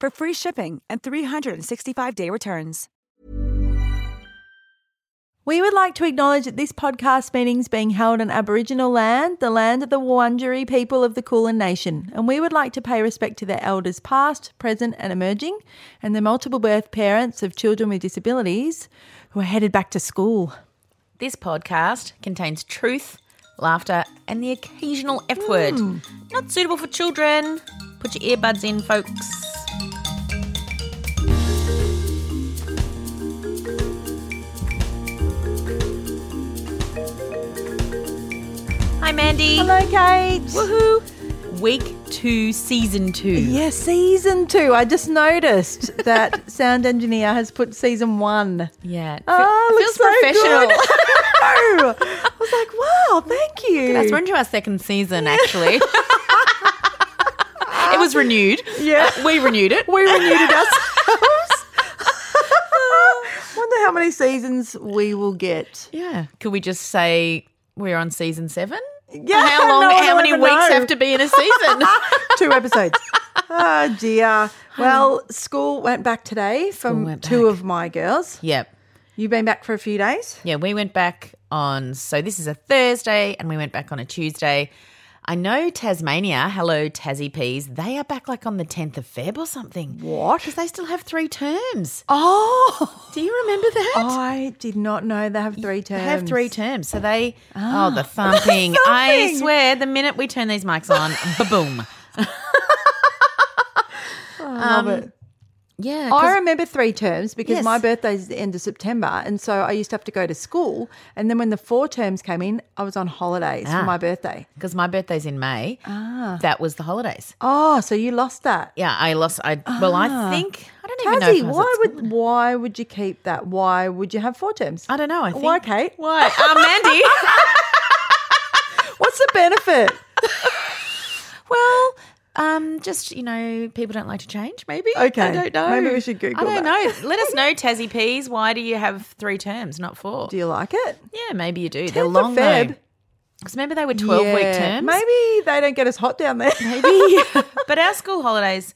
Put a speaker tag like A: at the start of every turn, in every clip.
A: for free shipping and 365-day returns.
B: We would like to acknowledge that this podcast meeting is being held on Aboriginal land, the land of the Wurundjeri people of the Kulin Nation, and we would like to pay respect to their elders past, present, and emerging, and the multiple birth parents of children with disabilities who are headed back to school.
C: This podcast contains truth, laughter, and the occasional F word.
B: Hmm.
C: Not suitable for children. Put your earbuds in, folks. Hi, Mandy.
B: Hello, Kate.
C: Woohoo. Week two, season two.
B: Yeah, season two. I just noticed that sound engineer has put season one.
C: Yeah. It fe-
B: Oh,
C: it
B: looks
C: feels professional.
B: So good. I was like, wow, thank you.
C: That's we're into our second season, actually. it was renewed. Uh,
B: Yeah.
C: We renewed it.
B: We renewed it ourselves. Wonder how many seasons we will get.
C: Yeah. Could we just say we're on season seven?
B: Yeah,
C: How long?
B: no one
C: how
B: will
C: many
B: ever
C: weeks
B: know.
C: have to be in a season?
B: Two episodes. oh dear. Well, school went back today from
C: Hmm. went
B: two
C: back.
B: of my girls.
C: yep.
B: You've been back for a few days.
C: Yeah, we went back on. So this is a Thursday, and we went back on a Tuesday. I know Tasmania. Hello, Tassie peas. They are back like on the tenth of Feb or something.
B: What?
C: Because they still have three terms.
B: Oh,
C: Do you remember that?
B: I did not know they have three
C: They
B: terms. Ah.
C: have three terms. So they. Oh, the thumping. I
B: thumping.
C: swear, the minute we turn these mics on, ba boom.
B: I love it.
C: Yeah. 'cause-
B: I remember three terms because
C: Um, Yes.
B: my birthday's the end of September, and so I used to have to go to school. And then when the four terms came in, I was on holidays
C: Ah.
B: for my birthday.
C: because my birthday's in May. Ah. That was the holidays.
B: Oh, so you lost that.
C: Yeah, I lost. I well, I think I don't even know.
B: Tassie,
C: if I was at
B: Ah. why
C: school.
B: would why would you keep that? Why would you have four terms?
C: I don't know? I think
B: Why, Kate?
C: Why, uh, Mandy?
B: What's the benefit?
C: well, um, just you know, people don't like to change. Maybe
B: Okay.
C: I don't know.
B: Maybe we should Google
C: I don't
B: that.
C: know. Let us know, Tassie Peas. Why do you have three terms, not four?
B: Do you like it?
C: yeah, maybe you do. They're
B: 10th of
C: long
B: Feb.
C: Because remember they were twelve week
B: Yeah.
C: terms.
B: Maybe they don't get as hot down there.
C: Maybe. but our school holidays.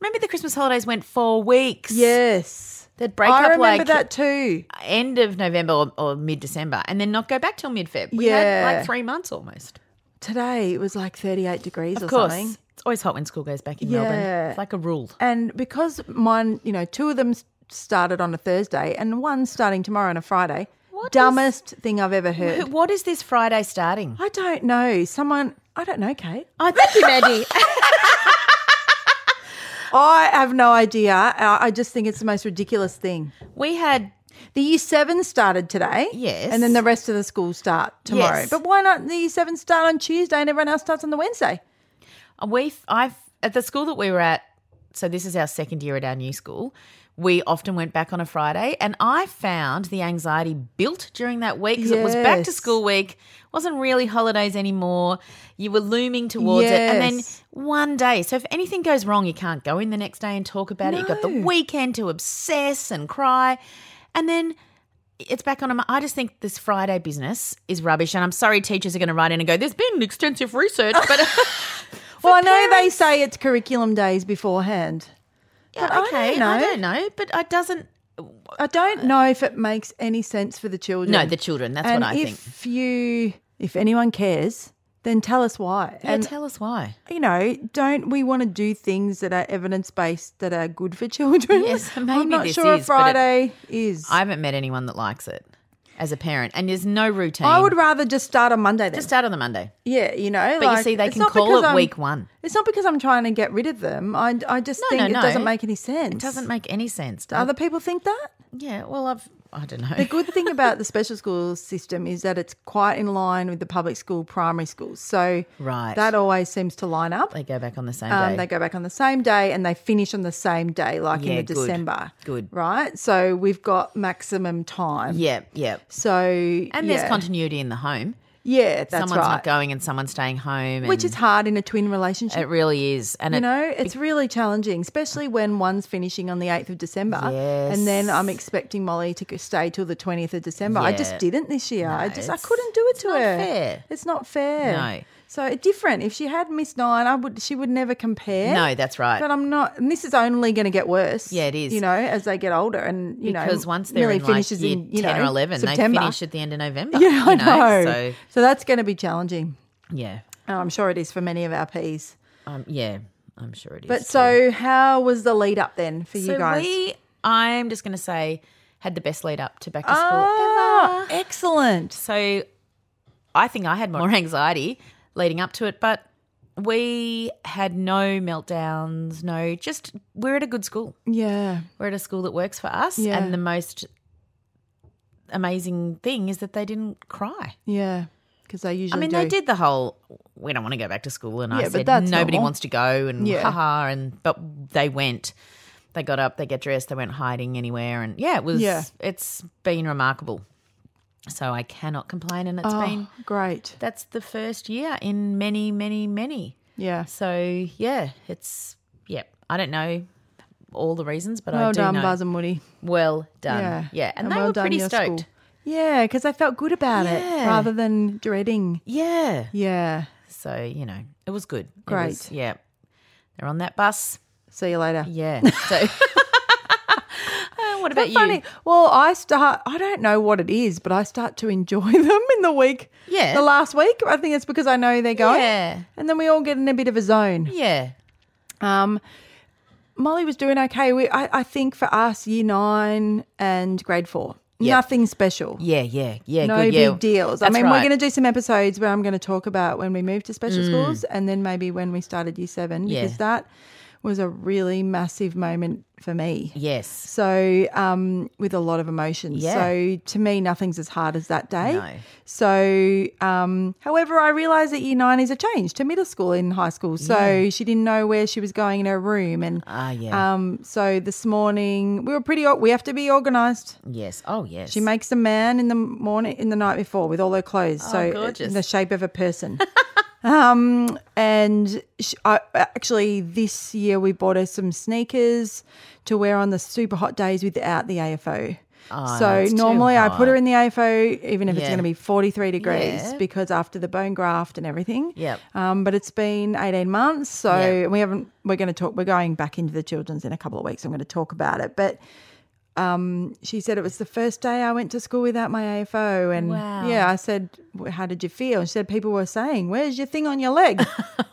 C: Remember the Christmas holidays went four weeks.
B: yes.
C: They'd break
B: I
C: up
B: remember
C: like
B: that too.
C: end of November or, or mid December, and then not go back till mid Feb. We
B: Yeah.
C: had like three months almost.
B: Today it was like 38 degrees
C: Of
B: or
C: course,
B: something.
C: it's always hot when school goes back in
B: Yeah.
C: Melbourne. It's like a rule.
B: And because mine, you know, two of them s- started on a Thursday and one's starting tomorrow on a Friday.
C: What
B: dumbest thing I've ever heard.
C: What is this Friday starting?
B: I don't know. Someone, I don't know, Kate.
C: Oh, thank you, Mandy.
B: I have no idea. Uh, I I just think it's the most ridiculous thing.
C: we had
B: The year seven started today.
C: Yes.
B: And then the rest of the school start tomorrow.
C: Yes.
B: But why not the year seven start on Tuesday and everyone else starts on the Wednesday?
C: we I at the school that we were at. So this is our second year at our new school. We often went back on a Friday, and I found the anxiety built during that week because it was back to
B: Yes.
C: school week. wasn't really holidays anymore. You were looming towards it, and then
B: Yes.
C: one day. So if anything goes wrong, you can't go in the next day and talk about it. You got the weekend to obsess and cry, and then it's back on. a Mo- I just think this Friday business is rubbish, and I'm sorry teachers are going to write in and go, "There's been extensive research," but
B: well, I know they say it's curriculum days beforehand.
C: Yeah,
B: But I
C: okay,
B: don't know.
C: I don't know, but it doesn't.
B: I don't know if it makes any sense for the children.
C: No, the children. That's
B: and
C: what I
B: if
C: think.
B: you, if anyone cares, then tell us why.
C: Yeah,
B: and
C: tell us why.
B: you know, don't we want to do things that are evidence based that are good for children?
C: Yes, maybe
B: I'm not
C: this
B: sure a
C: is, but it-
B: Friday is.
C: I haven't met anyone that likes it as a parent, and there's no routine.
B: I would rather just start on Monday then.
C: just start on the Monday.
B: yeah, you know.
C: But you
B: like,
C: see, they
B: it's
C: can
B: not
C: call
B: because
C: it
B: I'm-
C: week one.
B: It's not because I'm trying to get rid of them. I, I just
C: No,
B: think
C: no,
B: it
C: no.
B: doesn't make any sense.
C: It doesn't make any sense.
B: Do other people think that?
C: yeah, well, I've I don't know.
B: The good thing about the special school system is that it's quite in line with the public school primary schools. So
C: Right.
B: that always seems to line up.
C: they go back on the same
B: Um,
C: day.
B: they go back on the same day and they finish on the same day, like in
C: Yeah,
B: the
C: good.
B: December.
C: Good.
B: Right? So we've got maximum time.
C: yeah, yeah.
B: So
C: And
B: yeah.
C: there's continuity in the home.
B: Yeah, that's
C: someone's
B: right.
C: not going and someone's staying home,
B: Which
C: and
B: is hard in a twin relationship.
C: it really is. And
B: you
C: it,
B: know, it's really challenging, especially when one's finishing on the 8th of December.
C: Yes.
B: And then I'm expecting Molly to go- stay till the 20th of December. I just
C: Yeah.
B: didn't this year. I
C: No,
B: just I
C: it's-
B: couldn't do it
C: it's
B: to
C: not
B: her.
C: fair.
B: It's not fair.
C: No.
B: So it's different. If she had missed nine, I would she would never compare.
C: no, that's right.
B: But I'm not, and this is only going to get worse.
C: Yeah, it is.
B: You know, as they get older, and you know,
C: because once they're
B: Millie
C: in like
B: finishes
C: year
B: in, you
C: ten or
B: know,
C: eleven,
B: September.
C: they finish at the end of November.
B: Yeah, I
C: you
B: know.
C: So
B: so that's going to be challenging.
C: yeah,
B: And I'm sure it is for many of our peas.
C: um, yeah, I'm sure it is.
B: But so, how was the lead up then for
C: so
B: you guys?
C: we, I'm just going to say, had the best lead up to back to school
B: Ah,
C: ever.
B: excellent.
C: So I think I had more anxiety leading up to it, but we had no meltdowns. No, just we're at a good school.
B: Yeah.
C: We're at a school that works for us,
B: Yeah.
C: and the most amazing thing is that they didn't cry.
B: Yeah. Because they usually
C: I mean,
B: do.
C: they did the whole we don't want to go back to school, and
B: Yeah,
C: I
B: but
C: said
B: that's
C: nobody
B: normal.
C: wants to go, and
B: Yeah.
C: haha, and but they went. They got up, they get dressed, they weren't hiding anywhere, and yeah, it was.
B: Yeah.
C: It's been remarkable. So I cannot complain, and it's
B: Oh,
C: been
B: great.
C: that's the first year in many, many, many.
B: Yeah.
C: So yeah, it's yeah. I don't know all the reasons, but I
B: Well
C: do
B: done,
C: know.
B: Buzz and Woody.
C: Well done.
B: Yeah.
C: Yeah, and, they
B: well
C: were
B: done,
C: pretty
B: your
C: stoked.
B: school. Yeah, because they felt good about it
C: Yeah.
B: rather than dreading.
C: Yeah.
B: Yeah.
C: So, you know, it was good. It
B: Great.
C: was- yeah. They're on that bus.
B: See you later.
C: Yeah. So, Uh, what about
B: How funny.
C: you?
B: Well, I start. I don't know what it is, but I start to enjoy them in the week.
C: Yeah.
B: the last week. I think it's because I know they're going.
C: Yeah.
B: and then we all get in a bit of a zone.
C: Yeah.
B: Um, Molly was doing okay. We, I, I think for us, year nine and grade four,
C: Yeah.
B: nothing special.
C: Yeah. Yeah. Yeah.
B: No
C: good.
B: big
C: yeah.
B: deals. I
C: That's
B: mean,
C: right. Mm.
B: we're going to do some episodes where I'm going to talk about when we moved to special schools and then maybe when we started year seven
C: Yeah.
B: because that was a really massive moment for me.
C: Yes.
B: So, um, with a lot of emotions.
C: Yeah.
B: So, to me, nothing's as hard as that day.
C: No.
B: So, um, however, I realised that year nine is a change to middle school in high school. So, she didn't know where she was going in her room. And
C: Ah, yeah.
B: um, so this morning, we were pretty, or- we have to be organised.
C: yes. Oh, yes.
B: She makes a man in the morning, in the night before with all her clothes. so, it's
C: Oh, gorgeous.
B: in the shape of a person. um, and she, I, actually, this year we bought her some sneakers to wear on the super hot days without the AFO.
C: Oh,
B: so,
C: it's too
B: normally I put her
C: hot.
B: in the AFO, even if it's
C: Yeah.
B: going to be 43 degrees,
C: Yeah.
B: because after the bone graft and everything.
C: Yep.
B: Um, but it's been 18 months. So,
C: Yeah.
B: we haven't, we're going to talk, we're going back into the children's in a couple of weeks. I'm going to talk about it. But, she said it was the first day I went to school without my AFO. And
C: Wow.
B: yeah, I said, "W- How did you feel? And she said, People were saying, Where's your thing on your leg?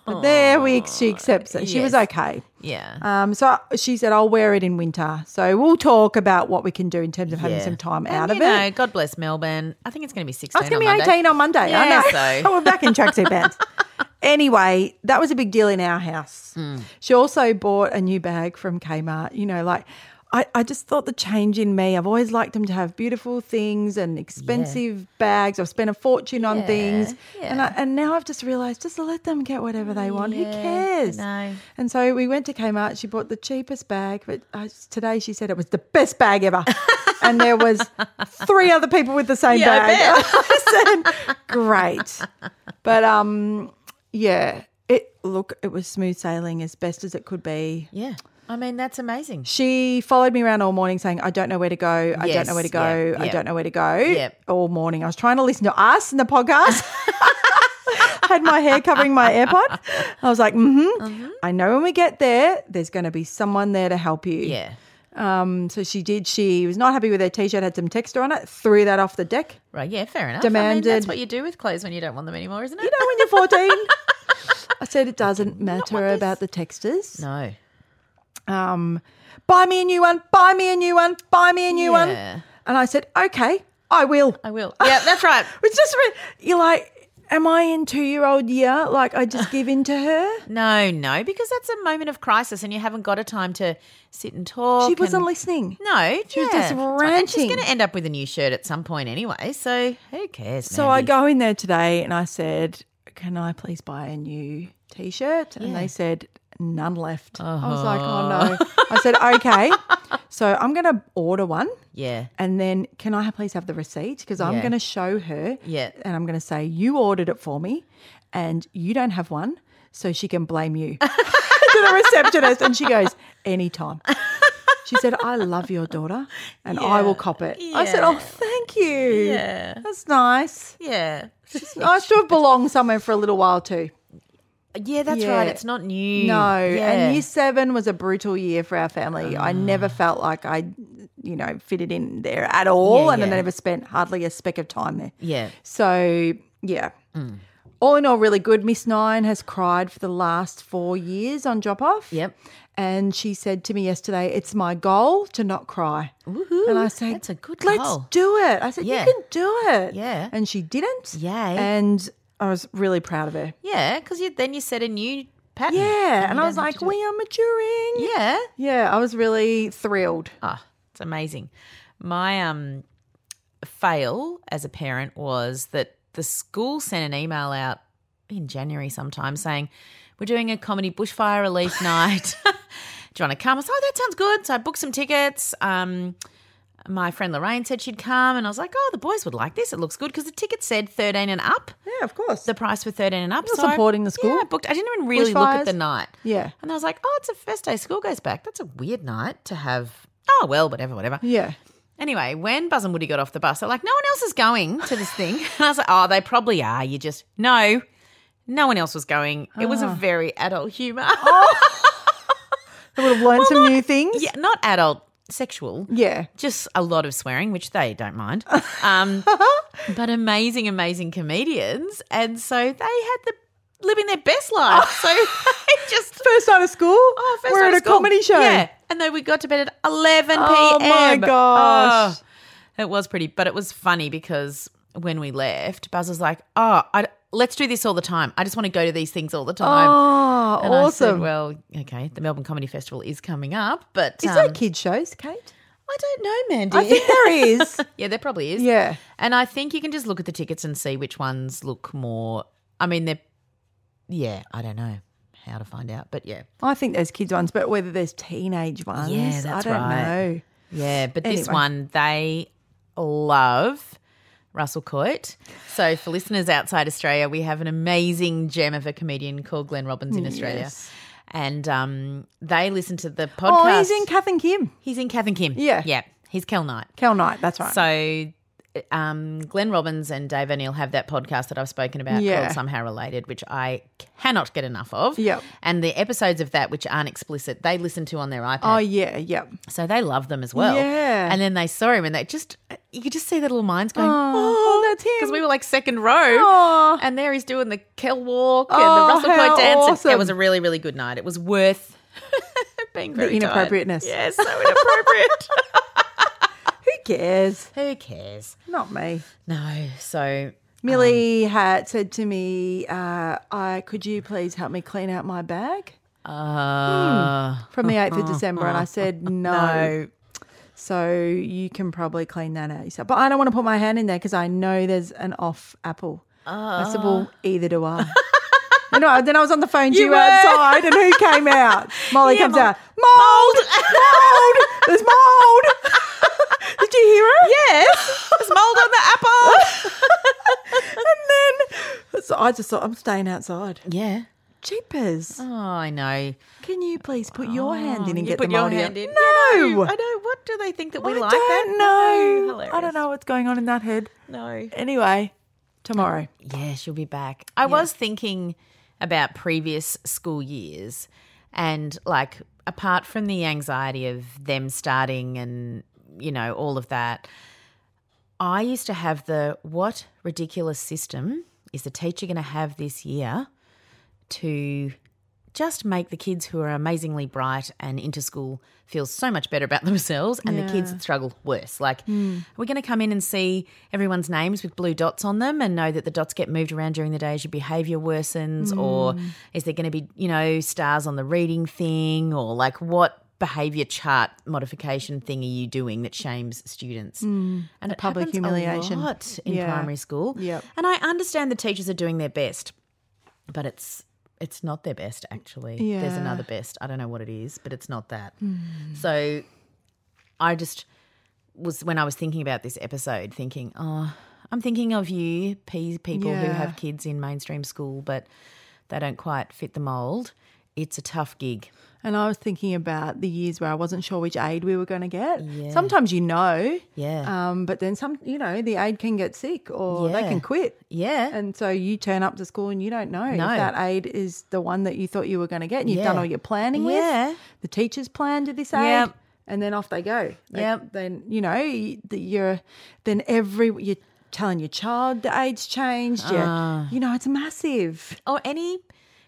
B: but there we, she accepts it. She was
C: Yes.
B: okay.
C: yeah.
B: Um, so I- she said, I'll wear it in winter. So we'll talk about what we can do in terms of having
C: Yeah.
B: some time
C: And,
B: out
C: you
B: of
C: know,
B: it.
C: God bless Melbourne. I think it's going to be 16.
B: Oh, it's going to
C: on
B: be
C: Monday.
B: 18 on Monday.
C: Yeah,
B: I know.
C: so-
B: We're back in tracksuit pants. Anyway, that was a big deal in our house. She also bought a new bag from Kmart. You know, like I, I just thought the change in me. I've always liked them to have beautiful things and expensive bags. I've spent a fortune on things. And, I, and now I've just realised just let them get whatever they want. Who cares?
C: know.
B: And so we went to Kmart. She bought the cheapest bag, but I, today she said it was the best bag ever. and there was three other people with the same
C: Yeah, I
B: bag. I said, great. But um, yeah, it look, it was smooth sailing as best as it could be.
C: Yeah. I mean, that's amazing.
B: She followed me around all morning saying, I don't know where to go. I don't
C: Yes,
B: know where to go.
C: yeah,
B: I
C: yeah.
B: don't know where to go.
C: Yep.
B: All morning. I was trying to listen to us in the podcast. Had my hair covering my AirPod.
C: Mm-hmm.
B: I was like, mm-hmm. I know when we get there, there's going to be someone there to help you.
C: Yeah.
B: Um, so she did. She was not happy with her t-shirt. Had some texture on it. Threw that off the deck.
C: Right, yeah, fair enough. I mean,
B: Demanded-
C: that's what you do with clothes when you don't want them anymore, isn't it?
B: You know, when you're 14. I said it doesn't matter about the textures.
C: no.
B: Um, buy me a new one. Buy me a new one. Buy me a new one.
C: Yeah.
B: And I said, okay, I will.
C: I will. Yeah, that's right.
B: It's just re- you're like, am I in two-year-old year? Like I just give in to her.
C: No, no, because that's a moment of crisis and you haven't got a time to sit and talk.
B: She wasn't
C: and-
B: listening.
C: No,
B: She was just
C: And she's
B: ranting.
C: going to end up with a new shirt at some point anyway, so who cares?
B: So I go in there today and I said, Can I please buy a new t shirt? And they said, None left. I was like, Oh no. I said, Okay. so I'm going to order one.
C: Yeah.
B: And then can I please have the receipt? Because I'm
C: Yeah.
B: going to show her.
C: Yeah.
B: And I'm going to say, You ordered it for me and you don't have one. So she can blame you to the receptionist. And she goes, Anytime. She said, I love your daughter and I will cop it. I said,
C: Yeah.
B: Oh, thank you.
C: Yeah.
B: That's nice.
C: Yeah.
B: I should have belonged somewhere for a little while too.
C: Yeah, that's
B: Yeah.
C: right. It's not new.
B: No,
C: Yeah. Ah.
B: and year seven was a brutal year for our family. I never felt like I, you know, fitted in there at all,
C: Yeah,
B: and I
C: yeah.
B: never spent hardly a speck of time there.
C: Yeah. Mm.
B: So yeah, all in all, really good. Miss Nine has cried for the last four years on drop off.
C: Yep.
B: And she said to me yesterday, "It's my goal to not cry."
C: Woohoo.
B: And I said,
C: that's a good
B: Let's
C: goal.
B: do it. I said,
C: Yeah.
B: "You can do it."
C: Yeah.
B: And she didn't.
C: Yay.
B: And I was really proud of her.
C: Yeah, because you, then you set a new pattern.
B: Yeah, and,
C: you
B: I
C: don't
B: was
C: have
B: like,
C: to do-
B: we are maturing.
C: yeah.
B: Yeah, I was really thrilled.
C: Ah, it's amazing. My um fail as a parent was that the school sent an email out in January sometime saying, We're doing a comedy bushfire relief night. Do you want to come? I said, Oh, that sounds good. So I booked some tickets. Um my friend Lorraine said she'd come, and I was like, "Oh, the boys would like this. It looks good because the ticket said thirteen and up.
B: Yeah, of course.
C: The price for thirteen and up.
B: You're
C: I-
B: supporting the school.
C: Yeah, I booked. I didn't even really look
B: Bushfires.
C: at the night.
B: yeah.
C: And I was like, oh, it's a first day school goes back. That's a weird night to have. Oh, well, whatever, whatever.
B: Yeah.
C: Anyway, when Buzz and Woody got off the bus, they're like, no one else is going to this thing. And I was like, oh, they probably are. You just, no, no one else was going. It was a very adult humor.
B: I would have learned some new things.
C: yeah, not adult, sexual.
B: Yeah.
C: Just a lot of swearing, which they don't mind. Um, but amazing, amazing comedians. And so they had the living their best life. So they just
B: First night of school.
C: Oh, first
B: We're
C: night
B: at
C: of
B: a
C: school.
B: comedy show.
C: Yeah, and then we got to bed at eleven p.m.
B: Oh, my gosh.
C: Oh, it was pretty, but it was funny because when we left, Buzz was like, "Oh, I, let's do this all the time. I just want to go to these things all the time."
B: Oh,
C: And I said,
B: awesome.
C: well, okay, the Melbourne Comedy Festival is coming up, but
B: Is
C: um,
B: there kids shows, Kate?
C: I don't know, Mandy.
B: I think there is.
C: yeah, there probably is.
B: yeah.
C: and I think you can just look at the tickets and see which ones look more. I mean, they're yeah, I don't know how to find out, but yeah.
B: I think there's kids ones, but whether there's teenage ones,
C: Yeah,
B: I
C: that's
B: don't
C: right.
B: know.
C: Yeah, but this
B: Anyway.
C: one they love Russell Coit. So for listeners outside Australia, we have an amazing gem of a comedian called Glenn Robbins in Australia. And um, they listen to the podcast.
B: Oh, he's in Kath and Kim.
C: He's in Kath and Kim.
B: Yeah.
C: Yeah. He's Kel Knight.
B: Kel Knight, that's right.
C: So um, Glenn Robbins and Dave O'Neill have that podcast that I've spoken about
B: Yeah.
C: called Somehow Related, which I cannot get enough of.
B: Yep.
C: And the episodes of that which aren't explicit, they listen to on their iPad.
B: oh, yeah, yeah.
C: So they love them as well.
B: Yeah.
C: And then they saw him and they just, you could just see their little minds going,
B: Oh,
C: oh,
B: that's him.
C: Because we were like second row.
B: Oh.
C: And there he's doing the Kel walk and
B: Oh,
C: the Russell
B: how
C: Crowe dance. And
B: awesome.
C: It was a really, really good night. It was worth being very tired.
B: inappropriateness.
C: Yeah, so inappropriate.
B: Who cares?
C: Who cares?
B: Not me.
C: No. So,
B: Millie had said to me, uh, I, could you please help me clean out my bag Hmm,
C: uh,
B: from the 8th of December? And I said, no. So you can probably clean that out yourself. But I don't want to put my hand in there because I know there's an off apple. I said, well, either do I. And I, then I was on the phone to you
C: Ah. were.
B: outside, and who came out? Molly
C: Yeah,
B: comes
C: Mol-
B: out. Mold, mold. There's mold. Did you hear her?
C: yes, there's mold on the apple.
B: And then so I just thought, I'm staying outside.
C: yeah.
B: Jeepers.
C: Oh, I know.
B: Can you please Uh, oh, put your hand in and
C: You
B: get
C: put
B: the
C: your
B: mold out?
C: hand in.
B: No,
C: Yeah, I know. What do they think that we
B: I
C: like
B: don't
C: that?
B: know. I don't know what's going on in that head.
C: No.
B: Anyway, tomorrow.
C: Yeah, she'll be back. I was thinking about previous school years and like apart from the anxiety of them starting and, you know, all of that, I used to have the what ridiculous system is the teacher going to have this year to just make the kids who are amazingly bright and into school feel so much better about themselves and the kids that struggle worse. Like, we're going to come in and see everyone's names with blue dots on them and know that the dots get moved around during the day as your behavior worsens, or is there going to be, you know, stars on the reading thing, or like what behavior chart modification thing are you doing that shames students? And it
B: public
C: happens a
B: humiliation.
C: lot in
B: Yeah.
C: primary school.
B: Yep.
C: And I understand the teachers are doing their best, but it's it's not their best actually. There's
B: Yeah. Hmm.
C: another best. I don't know what it is, but it's not that. So I just was when I was thinking about this episode thinking, oh, I'm thinking of you pe- people who
B: Yeah.
C: have kids in mainstream school but they don't quite fit the mold. It's a tough gig.
B: And I was thinking about the years where I wasn't sure which aid we were going to get. Sometimes you know,
C: Yeah.
B: um, but then some, you know, the aid can get sick or they
C: Yeah.
B: can quit.
C: yeah.
B: And so you turn up to school and you don't know
C: No.
B: if that aid is the one that you thought you were going to get and you've
C: Yeah.
B: done all your planning
C: Yeah.
B: with. The teacher's planned to this aid.
C: Yep.
B: And then off they go. They-
C: Yep.
B: Then, you know, you- the- you're, then every, you're telling your child the aid's changed. Yeah.
C: Ah.
B: you know, it's massive.
C: or any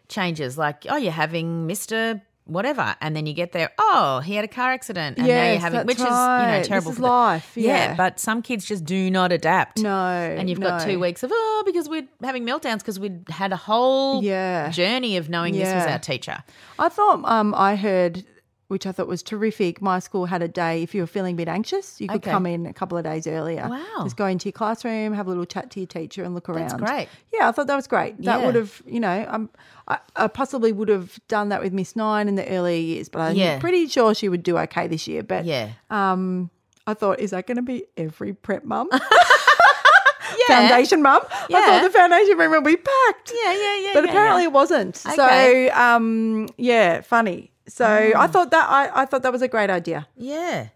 C: changes like oh you're having mr whatever and then you get there oh he had a car accident and now you're
B: Yes,
C: having
B: that's
C: which is you
B: right.
C: know
B: This
C: terrible
B: is
C: for the-
B: life, yeah.
C: but some kids just do not adapt
B: No.
C: and you've got two weeks of oh because we're having meltdowns because we'd had a whole
B: Yeah.
C: journey of knowing this was
B: Yeah.
C: our teacher
B: I thought um, I heard, which I thought was terrific. My school had a day if you were feeling a bit anxious, you could
C: Okay.
B: come in a couple of days earlier.
C: Wow.
B: Just go into your classroom, have a little chat to your teacher, and look around.
C: great.
B: Yeah, I thought that was great. That
C: Yeah.
B: would have, you know, um, I, I possibly would have done that with Miss Nine in the earlier years, but I'm
C: Yeah.
B: pretty sure she would do okay this year. But
C: yeah
B: I thought, is that going to be every prep mum? Foundation mum. I thought
C: Yeah.
B: the foundation room will be packed.
C: Yeah, yeah, yeah,
B: But
C: yeah,
B: apparently it wasn't.
C: Okay.
B: So um, yeah, funny. So I thought that I, I thought that was a great idea.
C: Yeah.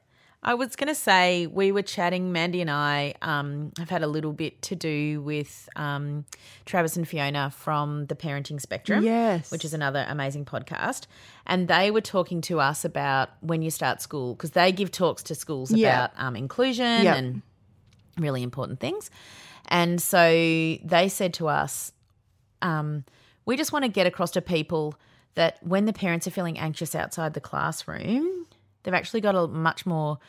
C: I was going to say we were chatting, Mandy and I um, have had a little bit to do with um, Travis and Fiona from The Parenting Spectrum,
B: Yes.
C: which is another amazing podcast. And they were talking to us about when you start school, because they give talks to schools
B: Yeah.
C: about um, inclusion
B: Yeah.
C: and really important things. And so they said to us, um, we just want to get across to people that when the parents are feeling anxious outside the classroom, they've actually got a much more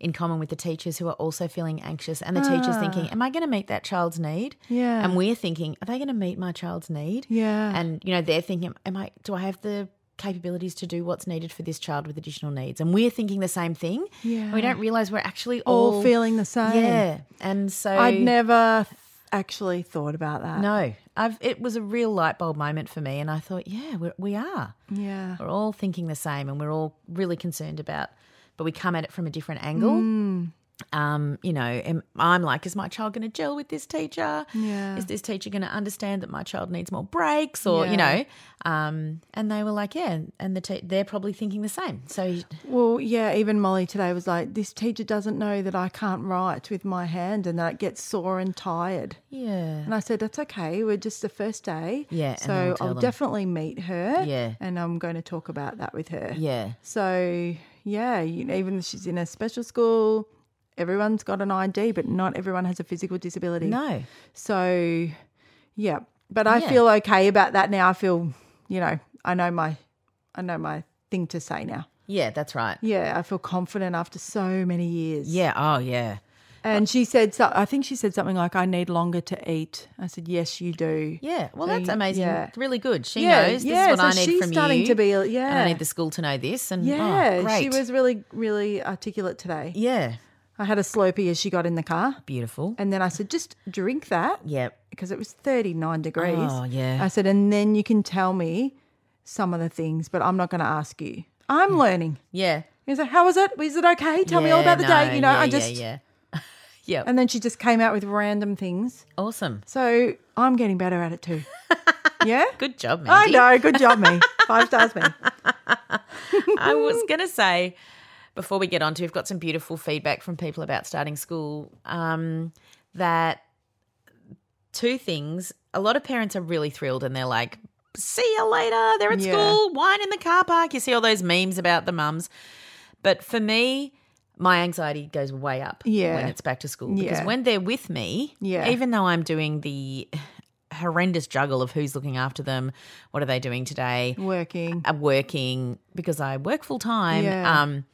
C: in common with the teachers who are also feeling anxious and the teachers thinking am i going to meet that child's need
B: Ah. Yeah.
C: and we're thinking are they going to meet my child's need
B: Yeah.
C: and you know they're thinking am i do i have the capabilities to do what's needed for this child with additional needs and we're thinking the same thing
B: Yeah.
C: we don't realize we're actually all,
B: All feeling the same.
C: yeah and so
B: I'd never actually thought about that.
C: no, I've it was a real light bulb moment for me, and I thought, yeah, we're, we are.
B: Yeah.
C: We're all thinking the same, and we're all really concerned about, but we come at it from a different angle.
B: Mm.
C: Um, you know, am, I'm like, is my child going to gel with this teacher?
B: Yeah.
C: Is this teacher going to understand that my child needs more breaks, or you
B: Yeah.
C: know? Um, and they were like, yeah, and the te- they're probably thinking the same. So
B: Well, yeah, even Molly today was like, This teacher doesn't know that I can't write with my hand and that it gets sore and tired.
C: yeah,
B: And I said, That's okay. We're just the first day.
C: Yeah, and then
B: So
C: we'll tell
B: I'll
C: them."
B: definitely meet her.
C: Yeah.
B: And I'm going to talk about that with her.
C: yeah,
B: So yeah, you know, even if she's in a special school, everyone's got an ID, but not everyone has a physical disability.
C: no,
B: So yeah, but I
C: Yeah.
B: feel okay about that now. I feel, you know, I know my, I know my thing to say now.
C: yeah, that's right.
B: Yeah, I feel confident after so many years.
C: Yeah, oh yeah,
B: And she said, so, I think she said something like, "I need longer to eat." I said, "Yes, you do."
C: Yeah, well,
B: So
C: that's
B: you-
C: amazing.
B: yeah.
C: It's Really good. She
B: Yeah,
C: knows this
B: yeah,
C: is what
B: so
C: I need
B: she's
C: from
B: starting
C: you.
B: to be-
C: and
B: yeah.
C: I need the school to know this. And
B: Yeah,
C: oh, great.
B: she was really, really articulate today.
C: yeah,
B: I had a Slurpee as she got in the car,
C: beautiful.
B: and then I said, "Just drink that."
C: Yep.
B: because it was 39 degrees.
C: Oh, yeah.
B: I said, and then you can tell me some of the things, but I'm not going to ask you. I'm learning.
C: Yeah.
B: He was like, how was it? Was it okay? Tell me all
C: Mm. Yeah,
B: about the
C: no,
B: day. You know,
C: yeah,
B: I
C: yeah,
B: just,
C: yeah, yep.
B: and then she just came out with random things.
C: awesome.
B: So I'm getting better at it too. yeah.
C: Good job,
B: I
C: Mandy.
B: know. Good job, me. Five stars, me.
C: I was going to say before we get on to, we've got some beautiful feedback from people about starting school um, that two things. A lot of parents are really thrilled and they're like, see you later. They're at
B: Yeah.
C: school, wine in the car park. You see all those memes about the mums. But for me, my anxiety goes way up
B: Yeah.
C: when it's back to school because
B: Yeah.
C: when they're with me,
B: Yeah.
C: even though I'm doing the horrendous juggle of who's looking after them, what are they doing today,
B: Working.
C: are working because I work full time.
B: Yeah.
C: Um,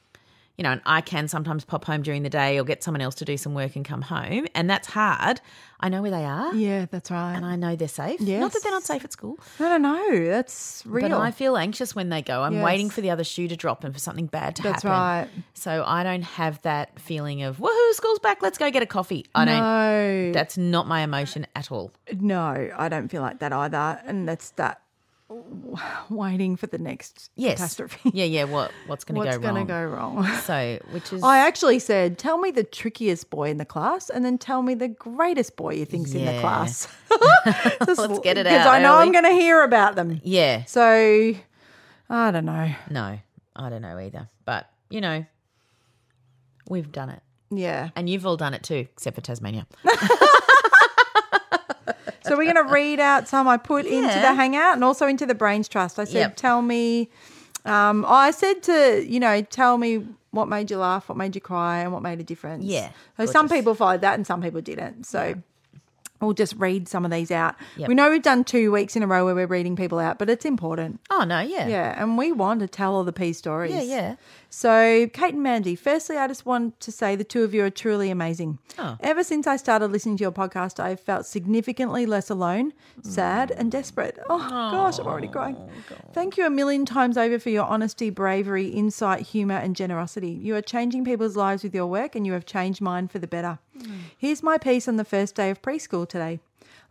C: you know, and I can sometimes pop home during the day or get someone else to do some work and come home, and that's hard. I know where they are,
B: Yeah, that's right.
C: and I know they're safe. Not that they're not
B: Yes.
C: safe at school,
B: I don't know. That's real.
C: but I feel anxious when they go. I'm
B: Yes.
C: waiting for the other shoe to drop and for something bad to
B: That's
C: happen.
B: right.
C: So I don't have that feeling of woohoo, school's back, let's go get a coffee. I don't.
B: no,
C: That's not my emotion at all.
B: no, I don't feel like that either. And that's that w- waiting for the next
C: Yes.
B: catastrophe.
C: Yeah, yeah. What what's going to
B: What's
C: go
B: going to
C: wrong?
B: go wrong?
C: So, which is
B: I actually said, tell me the trickiest boy in the class and then tell me the greatest boy you think's in
C: Yeah.
B: the class.
C: Let's get it
B: Because
C: out
B: I know I'm
C: early.
B: going to hear about them.
C: yeah.
B: So I don't know.
C: No, I don't know either. But, you know, we've done it.
B: Yeah.
C: And you've all done it too, except for Tasmania.
B: So we're going to read out some I put into
C: Yeah.
B: the Hangout and also into the Brains Trust. I said,
C: Yep.
B: tell me. Um, I said to you know, tell me what made you laugh, what made you cry, and what made a difference.
C: Yeah,
B: So some
C: gorgeous.
B: people followed that, and some people didn't. So. We'll just read some of these out.
C: Yep.
B: We know we've done two weeks in a row where we're reading people out, but it's important.
C: Oh, no, yeah.
B: Yeah, and we want to tell all the P stories.
C: Yeah, yeah.
B: So, Kate and Mandy, firstly, I just want to say the two of you are truly amazing.
C: Oh.
B: Ever since I started listening to your podcast, I've felt significantly less alone, sad, and desperate. Oh, gosh, I'm already crying.
C: Oh,
B: Thank you a million times over for your honesty, bravery, insight, humour, and generosity. You are changing people's lives with your work, and you have changed mine for the better.
C: Hmm.
B: Here's my piece on the first day of preschool today.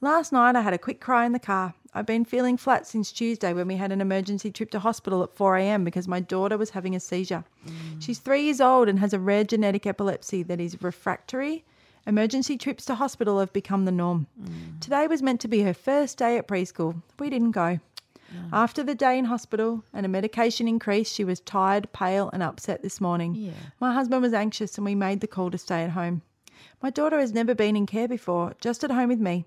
B: Last night, I had a quick cry in the car. I've been feeling flat since Tuesday when we had an emergency trip to hospital at 4 a.m. because my daughter was having a seizure. She's three years old and has a rare genetic epilepsy that is refractory. Emergency trips to hospital have become the norm. Today was meant to be her first day at preschool. We didn't go. After the day in hospital and a medication increase, she was tired, pale, and upset this morning. My husband was anxious and we made the call to stay at home. My daughter has never been in care before, just at home with me.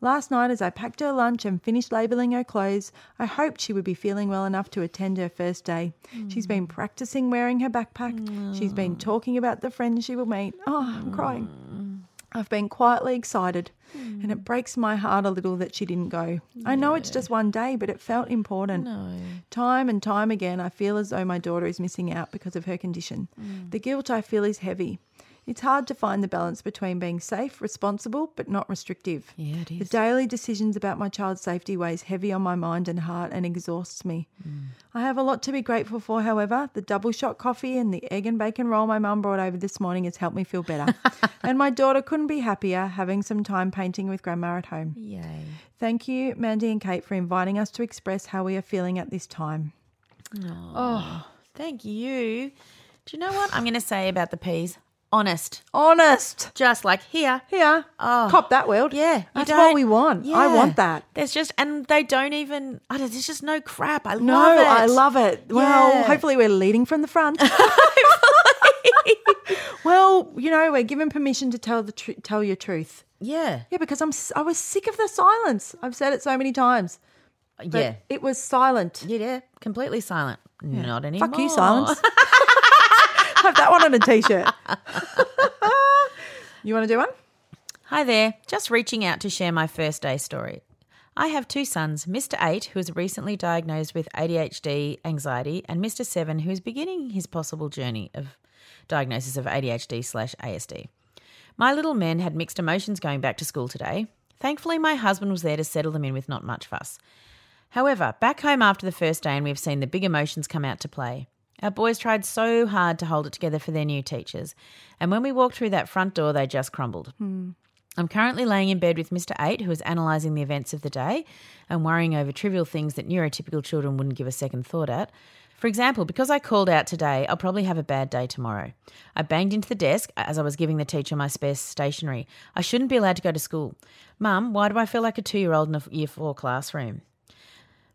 B: Last night, as I packed her lunch and finished labelling her clothes, I hoped she would be feeling well enough to attend her first day. She's been practicing wearing her backpack. She's been talking about the friends she will meet. Oh, I'm crying. I've been quietly excited, and it breaks my heart a little that she didn't go. I know it's just one day, but it felt important. Time and time again, I feel as though my daughter is missing out because of her condition. The guilt I feel is heavy. It's hard to find the balance between being safe, responsible, but not restrictive.
C: Yeah, it
B: The daily decisions about my child's safety weighs heavy on my mind and heart and exhausts me.
C: Mm.
B: I have a lot to be grateful for, however. The double shot coffee and the egg and bacon roll my mum brought over this morning has helped me feel better. and my daughter couldn't be happier having some time painting with grandma at home.
C: Yay.
B: Thank you, Mandy and Kate, for inviting us to express how we are feeling at this time.
C: Thank you. Do you know what I'm going to say about the peas? Honest.
B: Honest.
C: Just like here.
B: Yeah.
C: Oh.
B: Cop that world.
C: Yeah. you
B: That's
C: don't-
B: what we want. I
C: Yeah.
B: want that.
C: There's just, and they don't even, I don't, there's just no crap. I
B: No,
C: love it.
B: I love it.
C: Yeah.
B: Well, hopefully we're leading from the front. well, you know, we're given permission to tell the tr- tell your truth.
C: Yeah.
B: Yeah, because I'm s- I was sick of the silence. I've said it so many times. but
C: Yeah.
B: It was silent.
C: Yeah, yeah. Completely silent. Not anymore.
B: Fuck you, silence. Have that one on a t-shirt. you want to do one?
C: Hi there, just reaching out to share my first day story. I have two sons, Mr. 8, who is recently diagnosed with ADHD anxiety, and Mr. 7, who is beginning his possible journey of diagnosis of ADHD slash ASD. My little men had mixed emotions going back to school today. Thankfully, my husband was there to settle them in with not much fuss. However, back home after the first day, and we've seen the big emotions come out to play. Our boys tried so hard to hold it together for their new teachers, and when we walked through that front door, they just crumbled. I'm currently laying in bed with Mr. 8, who is analysing the events of the day and worrying over trivial things that neurotypical children wouldn't give a second thought at. For example, because I called out today, I'll probably have a bad day tomorrow. I banged into the desk as I was giving the teacher my spare stationery. I shouldn't be allowed to go to school. Mum, why do I feel like a two year old in a year four classroom?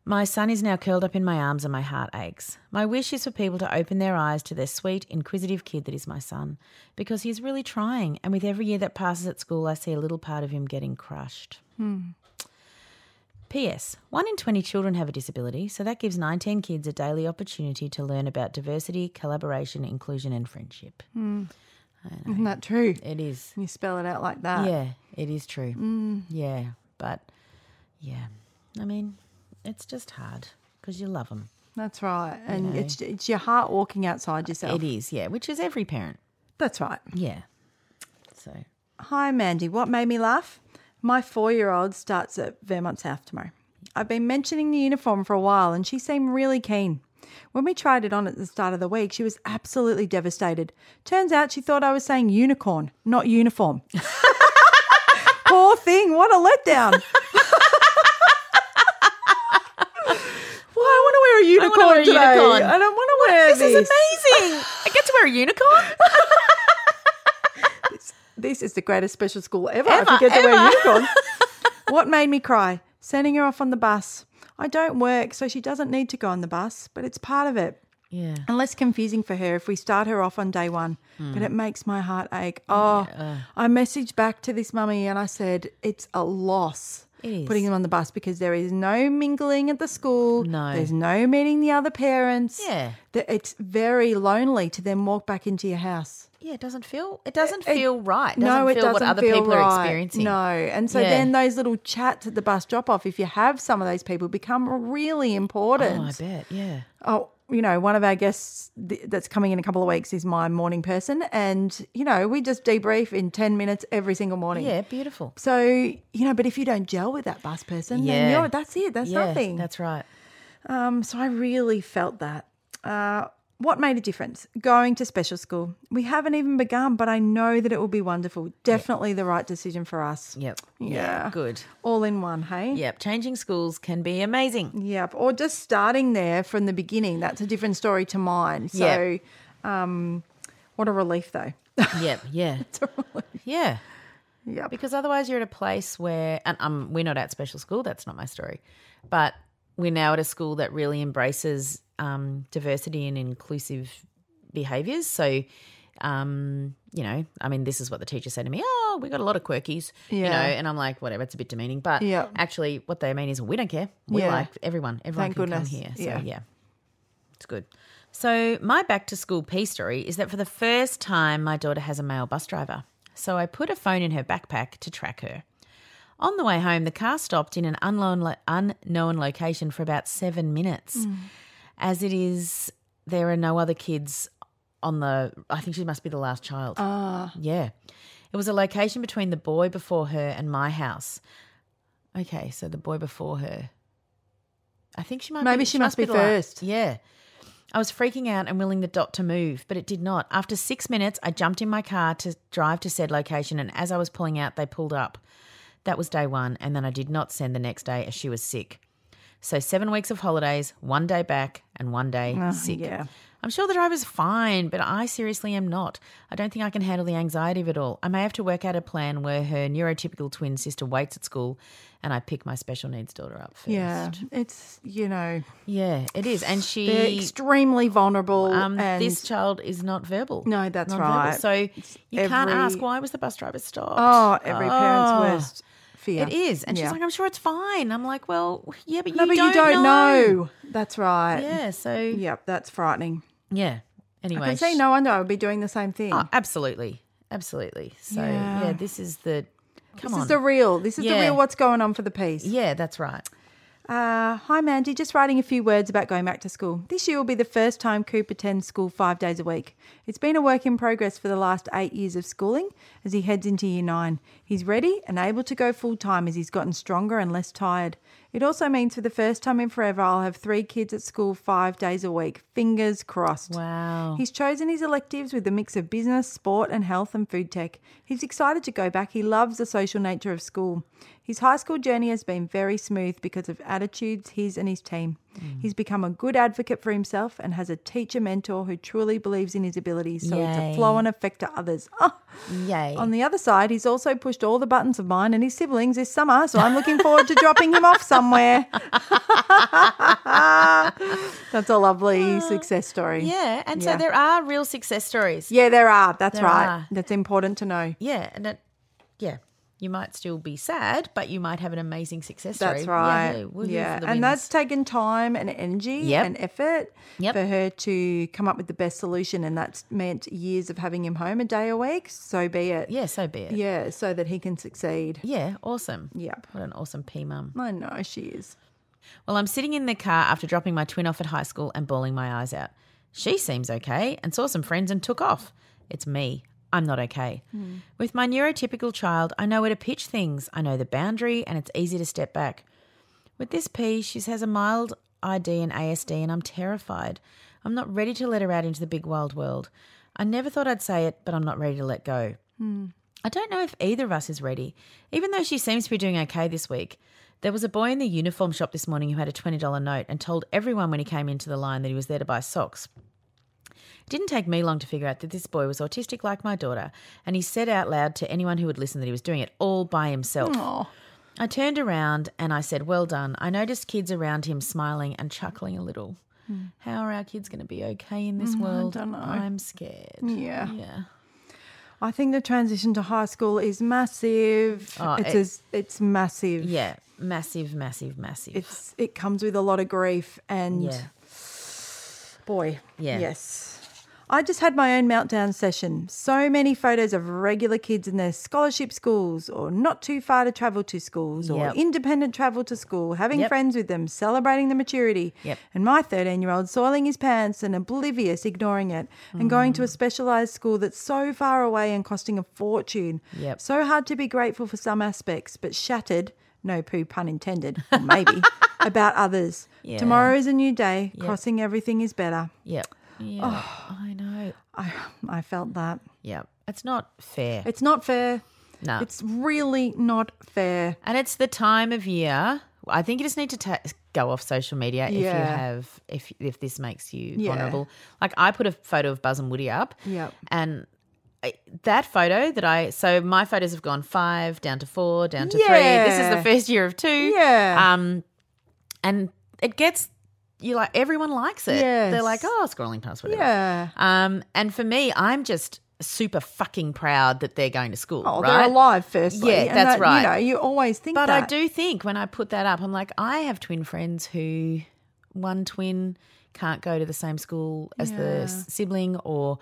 C: My son is now curled up in my arms and my heart aches. My wish is for people to open their eyes to their sweet, inquisitive kid that is my son, because he is really trying. And with every year that passes at school, I see a little part of him getting crushed. P.S. One in 20 children have a disability, so that gives 19 kids a daily opportunity to learn about diversity, collaboration, inclusion, and friendship.
B: Isn't that true?
C: It is.
B: You spell it out like that.
C: Yeah, it is true. Yeah, but yeah, I mean, it's just hard because you love them.
B: That's right. And it's, it's your heart walking outside yourself.
C: It is, yeah, which is every parent.
B: That's right.
C: Oh. Yeah. So,
B: Hi, Mandy. What made me laugh? My four year old starts at Vermont South tomorrow. I've been mentioning the uniform for a while and she seemed really keen. When we tried it on at the start of the week, she was absolutely devastated. Turns out she thought I was saying unicorn, not uniform. Poor thing, what a letdown. well, I want to wear a
C: I
B: unicorn
C: wanna wear a
B: today.
C: unicorn.
B: I don't want to wear
C: this is amazing. I get to wear a unicorn.
B: This is the greatest special school ever.
C: Ever,
B: I forget to wear
C: ever.
B: unicorn. what made me cry? Sending her off on the bus. I don't work, so she doesn't need to go on the bus, but it's part of it.
C: Yeah.
B: And less confusing for her if we start her off on day one. But it makes my heart ache. Oh, I messaged back to this mummy and I said, it's a loss
C: is.
B: putting them on the bus because there is no mingling at the school.
C: No.
B: There's no meeting the other parents.
C: Yeah.
B: That It's very lonely to then walk back into your house
C: Yeah, it doesn't feel it doesn't feel right. Doesn't
B: no, it
C: feel
B: doesn't
C: what other
B: feel
C: people
B: right.
C: are experiencing.
B: No, and so
C: Yeah.
B: then those little chats at the bus drop off, if you have some of those people, become really
C: Oh, I
B: important.
C: bet. Yeah.
B: Oh, you know, one of our guests th- that's coming in a couple of weeks is my morning person, and you know, we just debrief in ten minutes every single morning.
C: Yeah, beautiful.
B: So you know, but if you don't gel with that bus person, then
C: Yeah.
B: you're, that's it. That's
C: yeah,
B: nothing.
C: That's right.
B: Um, so I really felt that. Uh, what made a difference? Going to special school. We haven't even begun, but I know that it will be wonderful. Definitely the right decision for us.
C: Yep.
B: Yeah.
C: Good.
B: All in one, hey?
C: Yep. Changing schools can be amazing.
B: Yep. Or just starting there from the beginning. That's a different story to mine. So,
C: Yep.
B: um, what a relief, though.
C: Yep. Yeah. yeah.
B: Yep.
C: Because otherwise, you're at a place where, and um, we're not at special school. That's not my story. But we're now at a school that really embraces um, diversity and inclusive behaviours. So, um, you know, I mean, this is what the teacher said to me. Oh, we got a lot of quirkies. You
B: Yeah.
C: know, and I'm like, whatever. It's a bit demeaning, but
B: Yeah.
C: actually, what they mean is we don't care. We
B: Yeah.
C: like everyone. Everyone
B: Thank
C: can
B: goodness.
C: come here. So
B: Yeah.
C: yeah. It's good. So, my back to school pee story is that for the first time, my daughter has a male bus driver. So, I put a phone in her backpack to track her. On the way home, the car stopped in an unknown, lo- unknown location for about seven minutes.
B: Mm.
C: As it is, there are no other kids on the. I think she must be the last child.
B: Ah.
C: Yeah. It was a location between the boy before her and my house. Okay, so the boy before her. I think she might
B: Maybe
C: be,
B: she must be
C: the la-
B: first.
C: yeah. I was freaking out and willing the dot to move, but it did not. After six minutes, I jumped in my car to drive to said location, and as I was pulling out, they pulled up. That was day one, and then I did not send the next day as she was sick. So, seven weeks of holidays, one day back, and one day sick.
B: Ah, yeah.
C: I'm sure the driver's fine, but I seriously am not. I don't think I can handle the anxiety of it all. I may have to work out a plan where her neurotypical twin sister waits at school and I pick my special needs daughter up first.
B: Yeah. It's, you know,
C: Yeah, it is. And she
B: they're extremely vulnerable.
C: um,
B: and
C: this child is not verbal.
B: No, that's
C: Non-verbal.
B: right.
C: So you can't
B: every-
C: ask why was the bus driver stopped.
B: Oh, every
C: Oh,
B: parent's worst fear.
C: It is, and she's
B: Yeah.
C: like, "I'm sure it's fine." I'm like, "Well, yeah, but you
B: No, but
C: don't,
B: you don't
C: know.
B: know. That's right.
C: Yeah, so yeah.
B: Yep. That's frightening.
C: Anyway,
B: I can see
C: she-
B: no wonder I would be doing the same thing.
C: Oh, absolutely, absolutely. So yeah,
B: Mm. Yeah.
C: this is the come
B: this
C: on.
B: is the real. This is the
C: Yeah.
B: real. What's going on for the piece?
C: yeah, that's right.
B: Uh, hi, Mandy. Just writing a few words about going back to school. This year will be the first time Coop attends school five days a week. It's been a work in progress for the last eight years of schooling as he heads into year nine. He's ready and able to go full time as he's gotten stronger and less tired. It also means for the first time in forever, I'll have three kids at school five days a week. Fingers crossed.
C: Wow.
B: He's chosen his electives with a mix of business, sport, and health and food tech. He's excited to go back. He loves the social nature of school. His high school journey has been very smooth because of attitudes his and his team.
C: Mm.
B: He's become a good advocate for himself and has a teacher mentor who truly believes in his abilities, so it's a
C: Yay.
B: flow and effect to others. Oh.
C: Yay.
B: On the other side, he's also pushed all the buttons of mine and his siblings this summer, so I'm looking forward to dropping him off somewhere. That's a lovely success story.
C: Uh, yeah, and
B: Yeah.
C: so there are real success stories.
B: Yeah, there are. That's
C: There
B: right.
C: are.
B: That's important to know.
C: Yeah, and it, yeah, You might still be sad, but you might have an amazing success
B: That's
C: story.
B: right.
C: Yeah,
B: Yeah.
C: we're here for the wins.
B: And that's taken time and energy
C: Yep.
B: and effort
C: Yep.
B: for her to come up with the best solution. And that's meant years of having him home a day a week. So be it.
C: yeah, so be it. Yeah,
B: Yeah. So that he can succeed.
C: awesome.
B: Yep.
C: What an awesome P mum.
B: I know she is.
C: Well, I'm sitting in the car after dropping my twin off at high school and bawling my eyes out. She seems okay and saw some friends and took off. It's me. I'm not okay. With my neurotypical child, I know where to pitch things, I know the boundary, and it's easy to step back. With this P, she has a mild ID and ASD, and I'm terrified. I'm not ready to let her out into the big wild world. I never thought I'd say it, but I'm not ready to let go. I don't know if either of us is ready, even though she seems to be doing okay this week. There was a boy in the uniform shop this morning who had a $20 note and told everyone when he came into the line that he was there to buy socks. It didn't take me long to figure out that this boy was autistic like my daughter, and he said out loud to anyone who would listen that he was doing it all by himself. I turned around and I said, Well done. I noticed kids around him smiling and chuckling a little. How are our kids going to be okay in
B: Mm,
C: this world?
B: dunno.
C: I'm scared.
B: Yeah.
C: Yeah.
B: I think the transition to high school is massive.
C: Oh,
B: it's,
C: it-
B: as- it's massive.
C: Yeah. Massive, massive, massive.
B: It's it comes with a lot of grief and
C: yeah.
B: boy.
C: Yeah.
B: Yes. I just had my own meltdown session. So many photos of regular kids in their scholarship schools or not too far to travel to schools or
C: Yep.
B: independent travel to school, having
C: Yep.
B: friends with them, celebrating the maturity.
C: Yep.
B: And my 13 year old soiling his pants and oblivious, ignoring it, and going
C: Mm.
B: to a specialised school that's so far away and costing a fortune.
C: Yep.
B: So hard to be grateful for some aspects, but shattered, no poo pun intended, or maybe, about others.
C: Yeah.
B: Tomorrow is a new day, crossing everything is better.
C: Yep. Yeah.
B: Oh.
C: I know.
B: I, I felt that.
C: Yep. It's not fair.
B: It's not fair.
C: no.
B: It's really not fair.
C: and it's the time of year. I think you just need to ta- go off social media if you
B: Yeah.
C: have if if this makes you
B: Yeah.
C: vulnerable. Like I put a photo of Buzz and Woody up.
B: Yep.
C: And I- that photo that I so my photos have gone five down to four down to three. This is
B: Yeah.
C: the first year of two.
B: Yeah.
C: Um, and it gets you like everyone likes it. They're
B: Yes.
C: like oh scrolling past whatever.
B: Yeah.
C: Um, and for me, I'm just super fucking proud that they're going to school.
B: Oh,
C: right?
B: they're alive, firstly.
C: Yeah,
B: and
C: that's
B: that,
C: right.
B: You know, you always think
C: But I
B: that.
C: do think when I put that up, I'm like, I have twin friends who one twin can't go to the same school as the
B: Yeah.
C: the sibling, or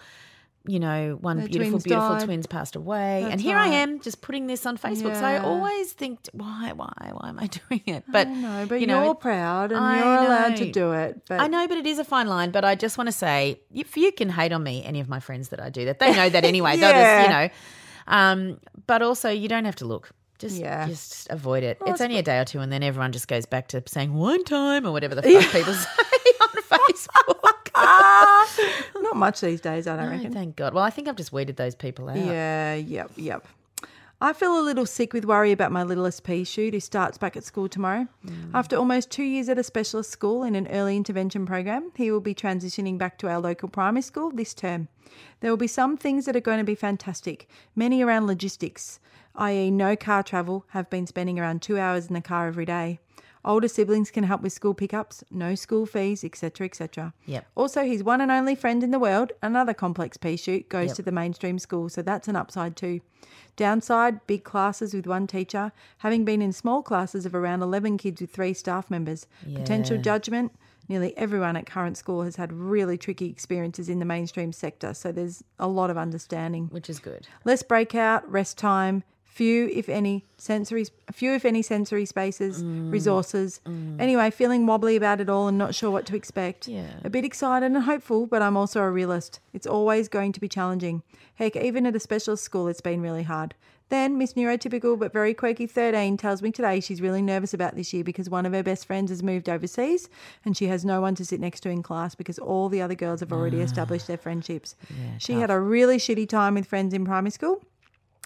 C: you know, one
B: The
C: beautiful,
B: twins
C: beautiful
B: died.
C: twins passed away, and
B: That's
C: here
B: right.
C: I am just putting this on Facebook. So I
B: Yeah.
C: always think, why, why, why am I doing it? But
B: No, but
C: you
B: you
C: know,
B: are proud and
C: I
B: you're allowed to
C: know.
B: do it. But
C: I know, but it is a fine line. But I just want to say, if you can hate on me, any of my friends that I do that, they know that anyway. They'll just, you
B: Yeah.
C: know. Um, but also, you don't have to look. Just,
B: Yeah.
C: just avoid it. it's only a day or two, and then everyone just goes back to saying one time or whatever the fuck people say on Facebook.
B: Ah, not much these days, I don't
C: Oh,
B: reckon.
C: thank God. Well, I think I've just weeded those people out.
B: Yeah, yep, yep. I feel a little sick with worry about my littlest pea shoot who starts back at school tomorrow. After almost two years at a specialist school in an early intervention program, he will be transitioning back to our local primary school this term. There will be some things that are going to be fantastic, many around logistics, i.e., no car travel, have been spending around two hours in the car every day. Older siblings can help with school pickups, no school fees, etc., etc.
C: Yep.
B: Also, his one and only friend in the world, another complex pea shoot, goes to the mainstream school, so that's an upside too. Downside, big classes with one teacher, having been in small classes of around 11 kids with three staff members. Potential judgment, nearly everyone at current school has had really tricky experiences in the mainstream sector, so there's a lot of understanding.
C: which is good.
B: Less breakout, rest time, few if any sensory few if any sensory spaces, resources. Anyway, feeling wobbly about it all and not sure what to expect.
C: Yeah.
B: A bit excited and hopeful, but I'm also a realist. It's always going to be challenging. Heck, even at a specialist school it's been really hard. Then Miss Neurotypical but very quirky 13 tells me today she's really nervous about this year because one of her best friends has moved overseas and she has no one to sit next to in class because all the other girls have already established their friendships. she had a really shitty time with friends in primary school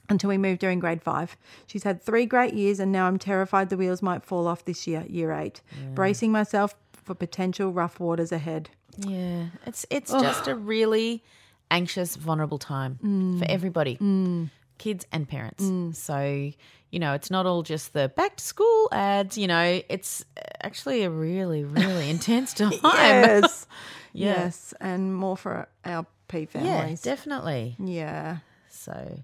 B: until we moved her in grade five. She's had three great years, and now I'm terrified the wheels might fall off this year, year eight, bracing myself for potential rough waters ahead.
C: Yeah, it's it's just a really anxious, vulnerable time for everybody, kids and parents. So you know, it's not all just the back to school ads. You know, it's actually a really, really intense time.
B: Yes,
C: Yeah.
B: yes, and more for our P
C: yeah,
B: families.
C: definitely.
B: yeah.
C: So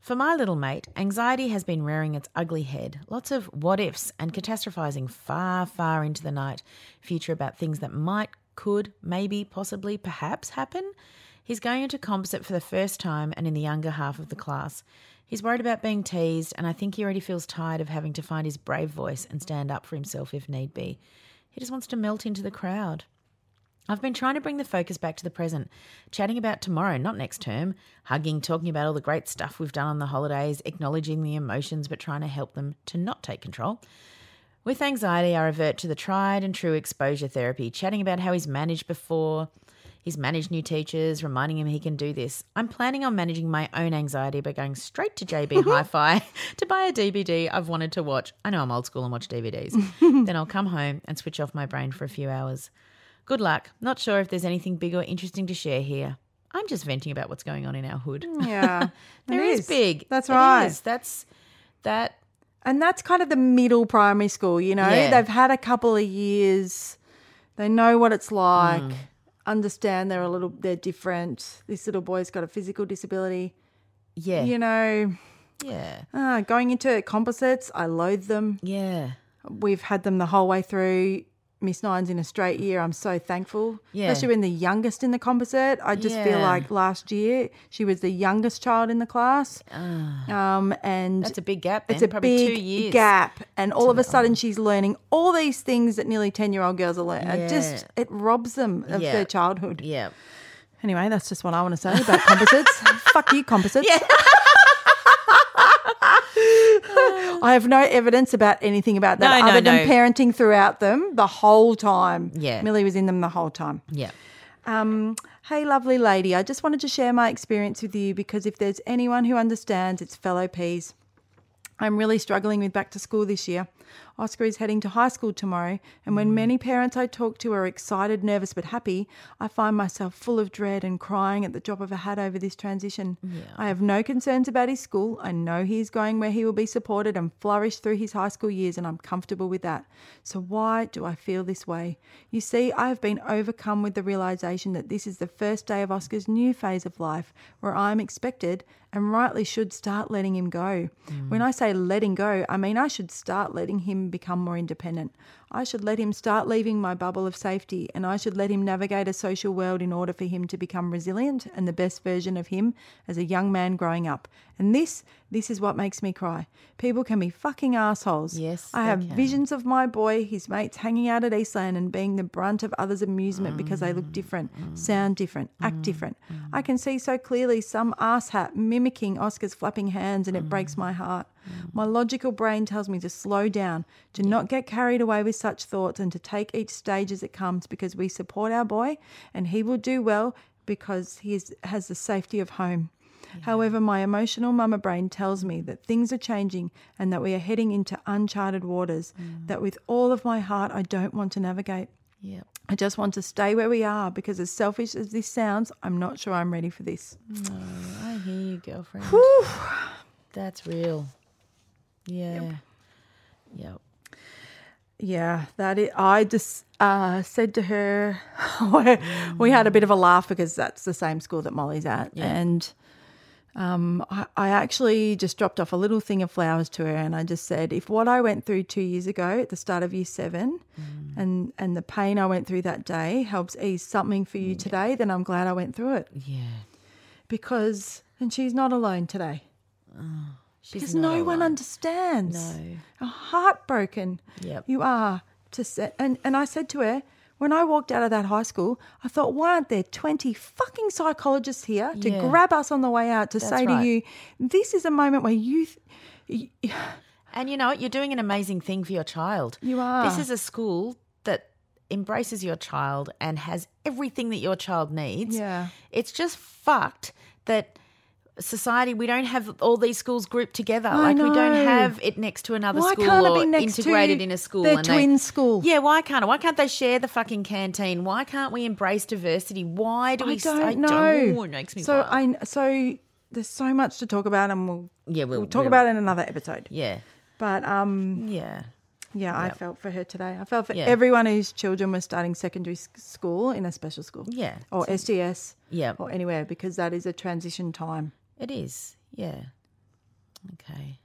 C: For my little mate, anxiety has been rearing its ugly head, lots of what ifs and catastrophizing far, far into the night, future about things that might, could, maybe, possibly, perhaps happen. He's going into composite for the first time and in the younger half of the class. He's worried about being teased, and I think he already feels tired of having to find his brave voice and stand up for himself if need be. He just wants to melt into the crowd. I've been trying to bring the focus back to the present, chatting about tomorrow, not next term, hugging, talking about all the great stuff we've done on the holidays, acknowledging the emotions, but trying to help them to not take control. With anxiety, I revert to the tried and true exposure therapy, chatting about how he's managed before, he's managed new teachers, reminding him he can do this. I'm planning on managing my own anxiety by going straight to JB Hi Fi to buy a DVD I've wanted to watch. I know I'm old school and watch DVDs. then I'll come home and switch off my brain for a few hours. Good luck. Not sure if there's anything big or interesting to share here. I'm just venting about what's going on in our hood.
B: Yeah.
C: there
B: it
C: is. big.
B: That's
C: It
B: right.
C: is. That's that.
B: And that's kind of the middle primary school, you know?
C: Yeah.
B: They've had a couple of years. They know what it's like.
C: Mm.
B: Understand they're a little they're different. This little boy's got a physical disability.
C: Yeah.
B: You know,
C: yeah.
B: ah, going into composites, I loathe them.
C: Yeah.
B: We've had them the whole way through. Miss Nine's in a straight year. I'm so thankful.
C: Yeah.
B: Especially when the youngest in the composite. I just feel
C: Yeah.
B: like last year she was the youngest child in the class. um, and
C: Ah. That's a big gap. Then.
B: it's a big
C: Probably two years.
B: gap, and all of a sudden she's learning all these things that nearly ten-year-old girls are learning. It just it robs them of
C: Yeah.
B: their childhood.
C: Yeah.
B: Anyway, that's just what I want to say about composites. Fuck you, composites. I have no evidence about anything about that
C: No, no,
B: other than
C: no.
B: parenting throughout them the whole time.
C: Yeah.
B: Millie was in them the whole time.
C: Yeah.
B: Um, hey, lovely lady, I just wanted to share my experience with you because if there's anyone who understands, it's fellow peas. I'm really struggling with back to school this year. Oscar is heading to high school tomorrow, and when many parents I talk to are excited, nervous, but happy, I find myself full of dread and crying at the drop of a hat over this transition. I have no concerns about his school. I know he is going where he will be supported and flourish through his high school years, and I'm comfortable with that. So, why do I feel this way? You see, I have been overcome with the realization that this is the first day of Oscar's new phase of life where I am expected and rightly should start letting him go. When I say letting go, I mean I should start letting him become more independent. I should let him start leaving my bubble of safety and I should let him navigate a social world in order for him to become resilient and the best version of him as a young man growing up. And this, this is what makes me cry. People can be fucking assholes.
C: Yes,
B: I
C: they
B: have
C: can.
B: visions of my boy, his mates hanging out at Eastland and being the brunt of others' amusement because they look different, sound different, act different. I can see so clearly some asshat mimicking Oscar's flapping hands and it breaks my heart. My logical brain tells me to slow down, to not get carried away with such thoughts and to take each stage as it comes because we support our boy and he will do well because he is, has the safety of home. However, my emotional mama brain tells me that things are changing and that we are heading into uncharted waters that with all of my heart I don't want to navigate.
C: Yeah.
B: I just want to stay where we are because as selfish as this sounds, I'm not sure I'm ready for this.
C: I hear you, girlfriend. That's real. Yeah. Yep.
B: Yeah, that is, I just uh, said to her, we had a bit of a laugh because that's the same school that Molly's at, and Um, I, I actually just dropped off a little thing of flowers to her, and I just said, if what I went through two years ago at the start of year seven, and and the pain I went through that day helps ease something for you today, then I'm glad I went through it
C: Yeah.
B: because. And she's not alone today.
C: She's
B: because
C: not
B: no one
C: alone.
B: understands.
C: No.
B: How heartbroken
C: Yep.
B: you are to say. And, and I said to her, when I walked out of that high school, I thought, why aren't there 20 fucking psychologists here to
C: Yeah.
B: grab us on the way out to
C: That's
B: say
C: right.
B: to you, this is a moment where you. Th-
C: And you know what? You're doing an amazing thing for your child.
B: You are.
C: This is a school that embraces your child and has everything that your child needs.
B: Yeah.
C: It's just fucked that society we don't have all these schools grouped together.
B: I
C: like we don't
B: know.
C: have it next to another
B: Why
C: school
B: can't it
C: or
B: be next to
C: integrated in a school.
B: their
C: and
B: twin school?
C: Yeah, why can't it? Why can't they share the fucking canteen? Why can't we embrace diversity? Why do
B: I
C: we
B: don't
C: I
B: know.
C: don't- Oh, it makes me
B: so
C: wild.
B: I so there's so much to talk about, and we'll
C: Yeah, we'll-
B: we'll talk
C: we'll-
B: about it in another episode.
C: Yeah.
B: But um,
C: Yeah.
B: yeah, I felt for her today. I felt for
C: Yeah.
B: everyone whose children were starting secondary s- school in a special school.
C: Yeah.
B: or SDS.
C: Yeah.
B: or anywhere because that is a transition time.
C: It is, yeah. Okay.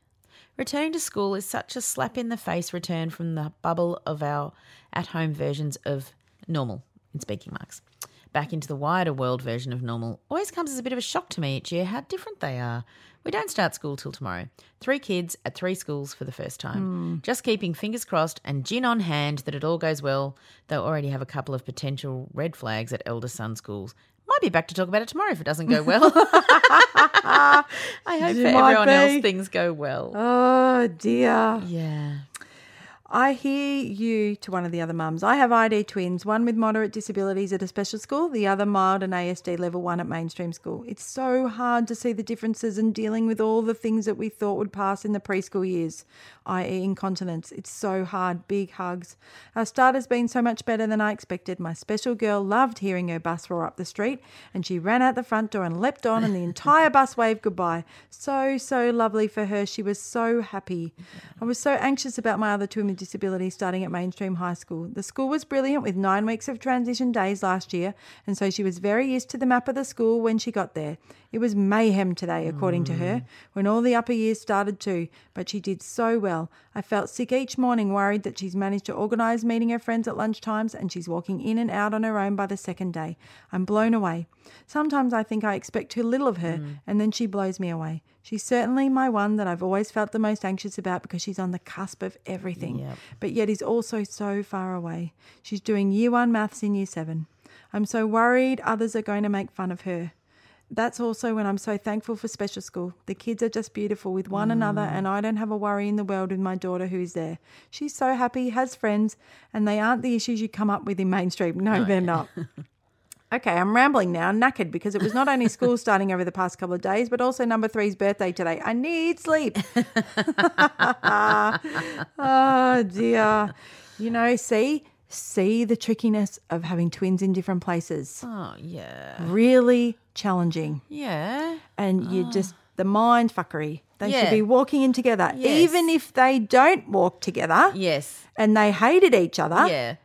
C: Returning to school is such a slap in the face return from the bubble of our at home versions of normal, in speaking marks. Back into the wider world version of normal always comes as a bit of a shock to me each year how different they are. We don't start school till tomorrow. Three kids at three schools for the first
B: Hmm.
C: time. Just keeping fingers crossed and gin on hand that it all goes well. They'll already have a couple of potential red flags at elder son schools. Might be back to talk about it tomorrow if it doesn't go well. I hope
B: You
C: for
B: might
C: everyone
B: be.
C: else things go well.
B: Oh dear.
C: Yeah.
B: I hear you to one of the other mums. I have ID twins, one with moderate disabilities at a special school, the other mild and ASD level one at mainstream school. It's so hard to see the differences in dealing with all the things that we thought would pass in the preschool years, i.e., incontinence. It's so hard. Big hugs. Our start has been so much better than I expected. My special girl loved hearing her bus roar up the street, and she ran out the front door and leapt on, and the entire bus waved goodbye. So, so lovely for her. She was so happy. I was so anxious about my other twin with disabilities starting at mainstream high school. The school was brilliant with nine weeks of transition days last year, and so she was very used to the map of the school when she got there. It was mayhem today, according to her, when all the upper years started too, but she did so well. I felt sick each morning, worried that she's managed to organise meeting her friends at lunchtimes and she's walking in and out on her own by the second day. I'm blown away. Sometimes I think I expect too little of her, and then she blows me away. She's certainly my one that I've always felt the most anxious about because she's on the cusp of everything, but yet is also so far away. She's doing year one maths in year seven. I'm so worried others are going to make fun of her. That's also when I'm so thankful for special school. The kids are just beautiful with one another, and I don't have a worry in the world with my daughter who is there. She's so happy, has friends, and they aren't the issues you come up with in mainstream. No, they're not. Okay, I'm rambling now, knackered, because it was not only school starting over the past couple of days, but also number three's birthday today. I need sleep. oh, dear. You know, see, see the trickiness of having twins in different places.
C: Oh, yeah.
B: Really challenging
C: Yeah.
B: and you just the mind fuckery. They should
C: Ah. Yeah.
B: be walking in together,
C: Yes.
B: even if they don't walk together
C: Yes.
B: and they hated each other.
C: Yeah.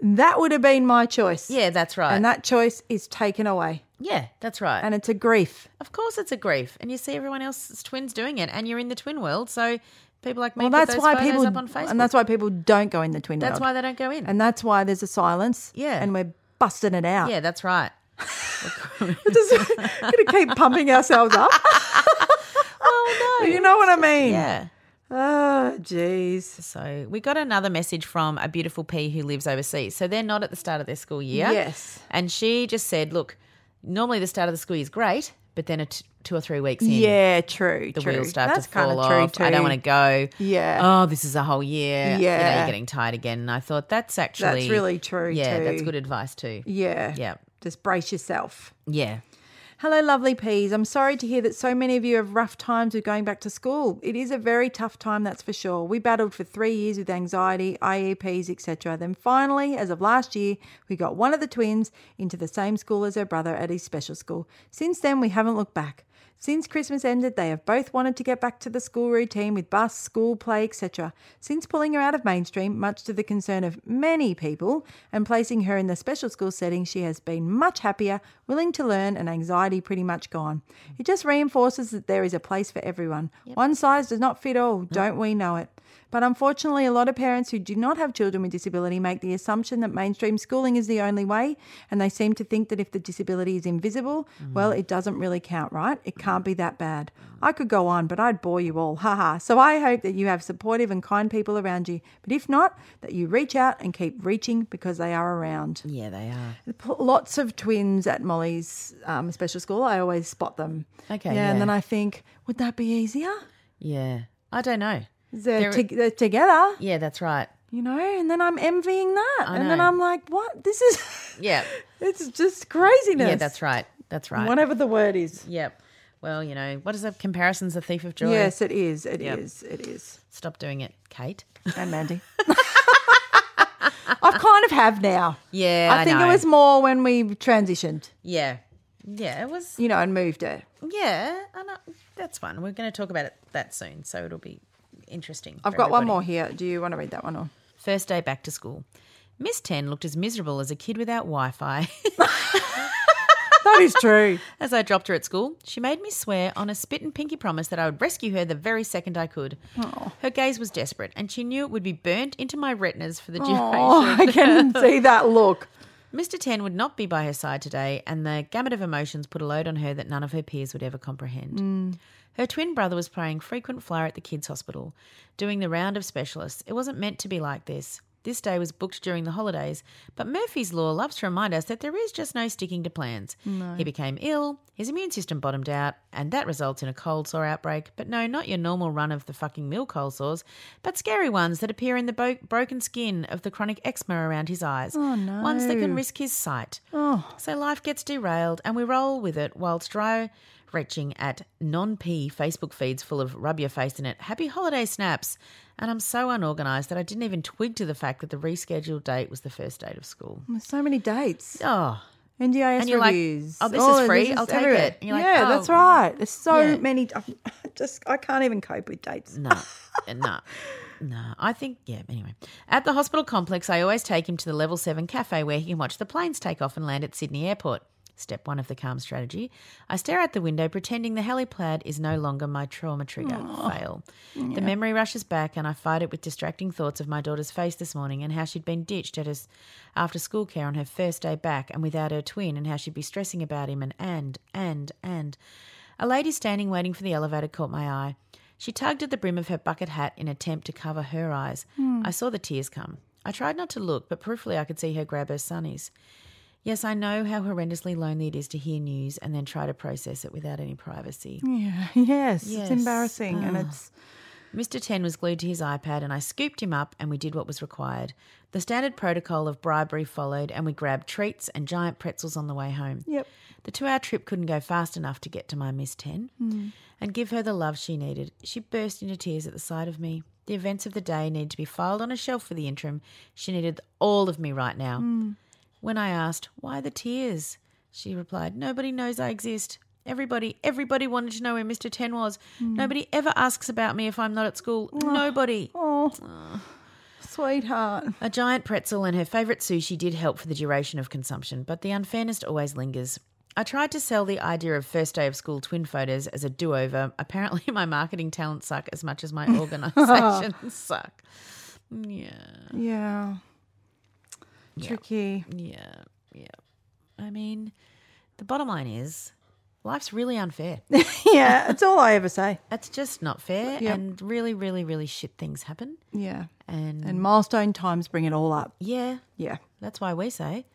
B: That would have been my choice.
C: Yeah, that's right.
B: and that choice is taken away,
C: yeah, that's right.
B: and it's a grief.
C: of course it's a grief. And you see everyone else's twins doing it and you're in the twin world. So people like me
B: Well,
C: put
B: that's
C: those
B: why
C: photos
B: people,
C: up on Facebook.
B: and that's why people don't go in the twin
C: That's
B: world.
C: why they don't go in.
B: and that's why there's a silence.
C: Yeah.
B: and we're busting it out.
C: yeah, that's right.
B: we're just gonna keep pumping ourselves up.
C: oh,
B: you know what I mean?
C: Yeah.
B: Oh, jeez.
C: So we got another message from a beautiful P who lives overseas. So they're not at the start of their school year.
B: Yes.
C: And she just said, look, normally the start of the school year is great, but then a t- two or three weeks in,
B: Yeah, true.
C: the
B: true.
C: wheels start
B: That's
C: to fall
B: kinda
C: off.
B: True too.
C: I don't want to go.
B: Yeah.
C: Oh, this is a whole year. You know,
B: Yeah.
C: you're getting tired again. And I thought that's actually
B: really true
C: Yeah,
B: too.
C: that's good advice too.
B: Yeah.
C: Yeah.
B: Just brace yourself.
C: Yeah.
B: Hello, lovely peas. I'm sorry to hear that so many of you have rough times with going back to school. It is a very tough time, that's for sure. We battled for three years with anxiety, E IEPs, etc. Then finally, as of last year, we got one of the twins into the same school as her brother at his special school. Since then, we haven't looked back. Since Christmas ended, they have both wanted to get back to the school routine with bus, school, play, etc. Since pulling her out of mainstream, much to the concern of many people, and placing her in the special school setting, she has been much happier, willing to learn, and anxiety pretty much gone. It just reinforces that there is a place for everyone. One size does not fit all, don't we know it? But unfortunately, a lot of parents who do not have children with disability make the assumption that mainstream schooling is the only way, and they seem to think that if the disability is invisible, well, it doesn't really count, right? It can't be that bad. I could go on, but I'd bore you all, haha. So I hope that you have supportive and kind people around you, but if not, that you reach out and keep reaching because they are around.
C: Yeah, they are.
B: P- Lots of twins at Molly's um, special school. I always spot them.
C: Okay,
B: yeah, and
C: yeah.
B: then I think, would that be easier?
C: Yeah. I don't know.
B: They're,
C: They're-
B: to- they're together
C: Yeah, that's right.
B: you know and then i'm envying that
C: I
B: and then
C: know.
B: i'm like what this is
C: Yeah.
B: it's just craziness
C: Yeah, that's right. That's right.
B: whatever the word is
C: Yep. Well, you know, what is that? Comparison's a thief of joy.
B: yes it is It is.
C: Yep.
B: it is
C: Stop doing it, Kate.
B: and mandy i kind of have now
C: Yeah,
B: i, think it
C: know.
B: was more when we transitioned
C: Yeah. Yeah, it was.
B: you know and moved it
C: Yeah, I know. That's fun. We're going to talk about it that soon, so it'll be interesting.
B: i've
C: for
B: got one
C: everybody.
B: more here do you want to read that one or
C: First day back to school. Miss 10 looked as miserable as a kid without Wi Fi.
B: that is true
C: as I dropped her at school, she made me swear on a spit and pinky promise that I would rescue her the very second I could. Her gaze was desperate, and she knew it would be burnt into my retinas for the duration.
B: oh i can see that look
C: Mr. 10 would not be by her side today, and the gamut of emotions put a load on her that none of her peers would ever comprehend. Her twin brother was playing frequent flyer at the kids' hospital, doing the round of specialists. It wasn't meant to be like this. This day was booked during the holidays, but Murphy's Law loves to remind us that there is just no sticking to plans. He became ill, his immune system bottomed out, and that results in a cold sore outbreak. But no, not your normal run of the fucking mill cold sores, but scary ones that appear in the bo- broken skin of the chronic eczema around his eyes. Oh, no. Ones that can risk his sight. So life gets derailed and we roll with it whilst dry retching at non P Facebook feeds full of rub your face in it, happy holiday snaps. And I'm so unorganised that I didn't even twig to the fact that the rescheduled date was the first date of school.
B: so many dates
C: Oh,
B: NDIS
C: And you're like,
B: reviews.
C: "Oh, this is free. I'll take
B: everywhere."
C: it." And you're like,
B: yeah,
C: "Oh."
B: that's right. There's so
C: Yeah.
B: many. I just I can't even cope with dates.
C: no, no, no. uh, I think, yeah, anyway. At the hospital complex, I always take him to the level seven cafe where he can watch the planes take off and land at Sydney Airport. Step one of the calm strategy. I stare out the window, pretending the helipad is no longer my trauma trigger. Fail. The memory rushes back, and I fight it with distracting thoughts of my daughter's face this morning and how she'd been ditched at his after school care on her first day back and without her twin, and how she'd be stressing about him. And, and, and, and. A lady standing waiting for the elevator caught my eye. She tugged at the brim of her bucket hat in attempt to cover her eyes. I saw the tears come. I tried not to look, but peripherally I could see her grab her sunnies. Yes, I know how horrendously lonely it is to hear news and then try to process it without any privacy.
B: Yeah, yes,
C: Yes. Ah.
B: it's embarrassing, and it's
C: Mr. Ten was glued to his iPad, and I scooped him up, and we did what was required. The standard protocol of bribery followed, and we grabbed treats and giant pretzels on the way home.
B: Yep.
C: The two hour trip couldn't go fast enough to get to my Miss Ten and give her the love she needed. She burst into tears at the sight of me. The events of the day needed to be filed on a shelf for the interim. She needed all of me right now. When I asked, Why the tears? she replied, Nobody knows I exist. Everybody, everybody wanted to know where Mr. Ten was. Nobody ever asks about me if I'm not at school. Nobody.
B: oh, sweetheart.
C: A giant pretzel and her favourite sushi did help for the duration of consumption, but the unfairness always lingers. I tried to sell the idea of first day of school twin photos as a do over. Apparently, my marketing talents suck as much as my organisations suck.
B: Yeah, tricky.
C: Yeah, yeah. I mean, the bottom line is life's really unfair.
B: yeah, it's all I ever say.
C: It's just not fair,
B: Yeah.
C: and really, really, really shit things happen.
B: Yeah,
C: And,
B: and milestone times bring it all up.
C: yeah,
B: Yeah,
C: that's why we say,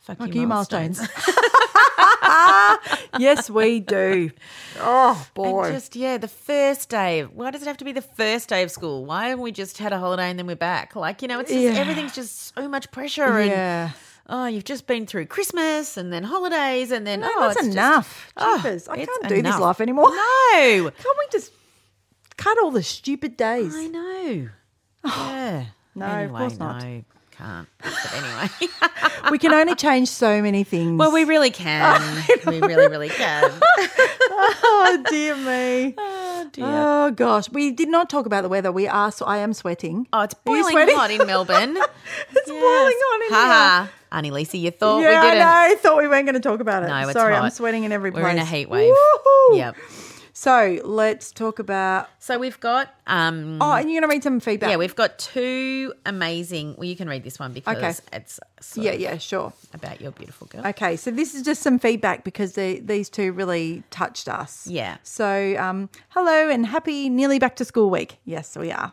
C: fuck,
B: like
C: you,
B: you,
C: milestones.
B: milestones. yes, we do. Oh boy.
C: And just yeah, the first day. Why does it have to be the first day of school? Why haven't we just had a holiday and then we're back? Like you know, it's just,
B: Yeah.
C: everything's just so much pressure. And,
B: yeah,
C: oh, you've just been through Christmas and then holidays and then
B: no,
C: oh,
B: that's
C: it's just-
B: enough.
C: oh,
B: Jeepers, I
C: it's
B: can't do
C: enough.
B: this life anymore.
C: No,
B: Can't we just cut all the stupid days?
C: I know. yeah.
B: No, of course not.
C: No, can't. But anyway,
B: We can only change so many things.
C: well, we really can. we really, really can.
B: oh dear me. Oh dear. Oh gosh. We did not talk about the weather. We are so I am sweating.
C: Oh, it's
B: Are you
C: boiling
B: sweating?
C: hot in Melbourne.
B: It's boiling on in
C: ha
B: here.
C: ha. Auntie Lisa, you thought
B: yeah,
C: we didn't.
B: I know. I thought we weren't going to talk about it.
C: No, it's
B: Sorry, I'm
C: hot.
B: sweating in every place.
C: We're in a heat wave.
B: Woohoo.
C: Yep.
B: So let's talk about.
C: So we've got um
B: Oh, and you're going to read some feedback.
C: yeah, we've got two amazing. Well, you can read this one because
B: Okay.
C: it's sort
B: Yeah,
C: of
B: yeah, sure.
C: about your beautiful girl.
B: Okay, so this is just some feedback because the, these two really touched us.
C: Yeah.
B: So, um, hello and happy nearly back to school week. Yes, we are.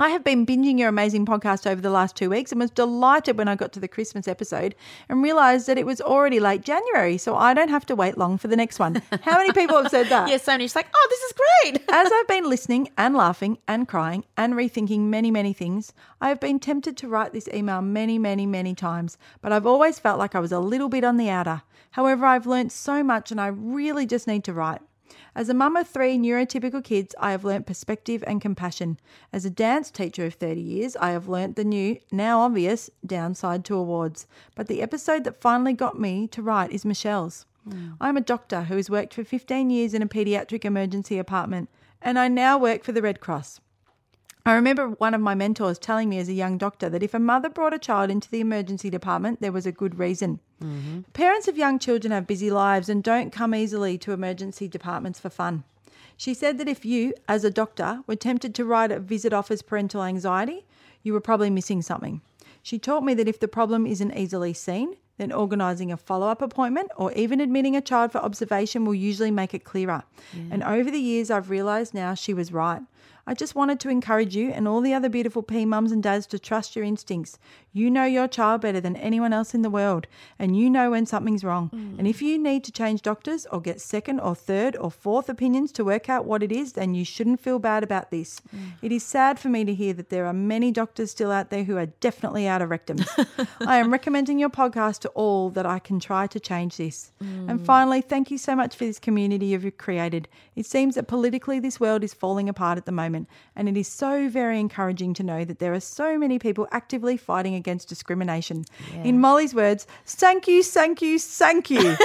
B: I have been binging your amazing podcast over the last two weeks and was delighted when I got to the Christmas episode and realized that it was already late January, so I don't have to wait long for the next one. How many people have said that?
C: Yeah, Sony's like, oh, this is great.
B: As I've been listening and laughing and crying and rethinking many, many things, I have been tempted to write this email many, many, many times, but I've always felt like I was a little bit on the outer. However, I've learnt so much and I really just need to write. As a mum of three neurotypical kids, I have learnt perspective and compassion. As a dance teacher of 30 years, I have learnt the new, now obvious, downside to awards. But the episode that finally got me to write is Michelle's. I'm a doctor who has worked for 15 years in a paediatric emergency apartment, and I now work for the Red Cross. I remember one of my mentors telling me as a young doctor that if a mother brought a child into the emergency department, there was a good reason. Parents of young children have busy lives and don't come easily to emergency departments for fun. She said that if you, as a doctor, were tempted to write a visit off as parental anxiety, you were probably missing something. She taught me that if the problem isn't easily seen, then organising a follow up appointment or even admitting a child for observation will usually make it clearer. And over the years, I've realised now she was right. I just wanted to encourage you and all the other beautiful P mums and dads to trust your instincts. You know your child better than anyone else in the world, and you know when something's wrong. And if you need to change doctors or get second or third or fourth opinions to work out what it is, then you shouldn't feel bad about this. It is sad for me to hear that there are many doctors still out there who are definitely out of rectums. I am recommending your podcast to all that I can try to change this.
C: Mm.
B: And finally, thank you so much for this community you've created. It seems that politically this world is falling apart at the moment, and it is so very encouraging to know that there are so many people actively fighting against discrimination. In Molly's words, thank you, thank you, thank you.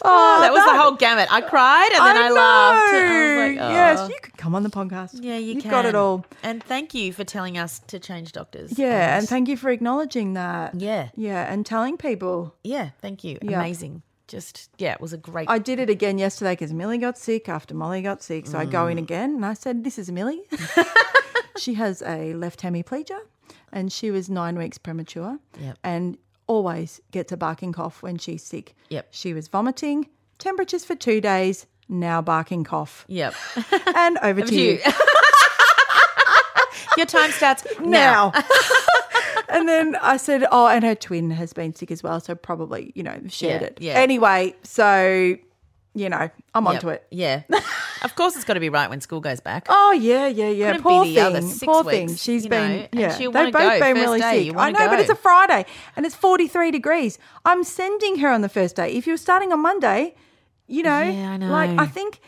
C: Oh, that was the whole gamut. I cried and then I, laughed. I was
B: know.
C: like, oh.
B: Yes, you could come on the podcast.
C: Yeah, you
B: You've
C: can.
B: got it all.
C: And thank you for telling us to change doctors.
B: Yeah, and thank you for acknowledging that.
C: Yeah.
B: Yeah, and telling people.
C: yeah, thank you.
B: Yeah.
C: Amazing. Just yeah, it was a great.
B: I did it again yesterday because Millie got sick after Molly got sick. So I go
C: Mm.
B: in again and I said, This is Millie. she has a left hemiplegia and she was nine weeks premature
C: Yep.
B: and always gets a barking cough when she's sick.
C: Yep.
B: She was vomiting, temperatures for two days, now barking cough.
C: yep.
B: And over to you.
C: you. Your time starts now.
B: now. and then I said, oh, and her twin has been sick as well, so probably, you know, shared
C: Yeah,
B: it.
C: yeah.
B: Anyway, so, you know, I'm
C: Yep.
B: onto it.
C: Yeah. of course, it's got to be right when school goes back.
B: Oh yeah, yeah, yeah.
C: Couldn't be
B: poor
C: the
B: thing.
C: other six
B: poor thing.
C: weeks,
B: She's
C: you know,
B: been.
C: and
B: yeah,
C: she'll
B: they've
C: wanna
B: both
C: go.
B: been
C: First
B: really
C: day,
B: sick.
C: you
B: I
C: wanna
B: know, but
C: go.
B: it's a Friday and it's forty three degrees. I'm sending her on the first day. If you were starting on Monday, you know,
C: Yeah, I know.
B: like I think.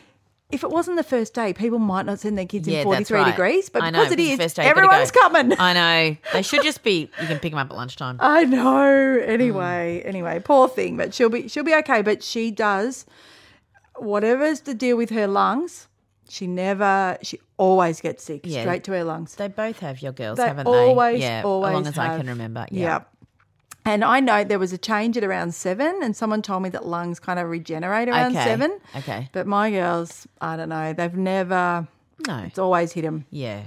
B: If it wasn't the first day, people might not send their kids
C: Yeah,
B: in
C: that's
B: 43
C: right.
B: degrees, but
C: I know,
B: because it
C: it's the
B: is,
C: first day, you gotta go.
B: everyone's coming. Uh,
C: I know. They should just be. You can pick them up at lunchtime.
B: I know.
C: Mm.
B: Anyway, anyway, poor thing, but she'll be she'll be okay. But she does whatever's the deal with her lungs. She never. She always gets sick
C: Yeah.
B: straight to her lungs.
C: they both have your girls,
B: They
C: haven't
B: always,
C: they? Yeah,
B: always
C: as long as I
B: have.
C: can remember.
B: Yeah.
C: Yeah.
B: And I know there was a change at around seven, and someone told me that lungs kind of regenerate around
C: Okay,
B: seven.
C: okay.
B: But my girls, I don't know, they've never,
C: No.
B: it's always hit them.
C: Yeah.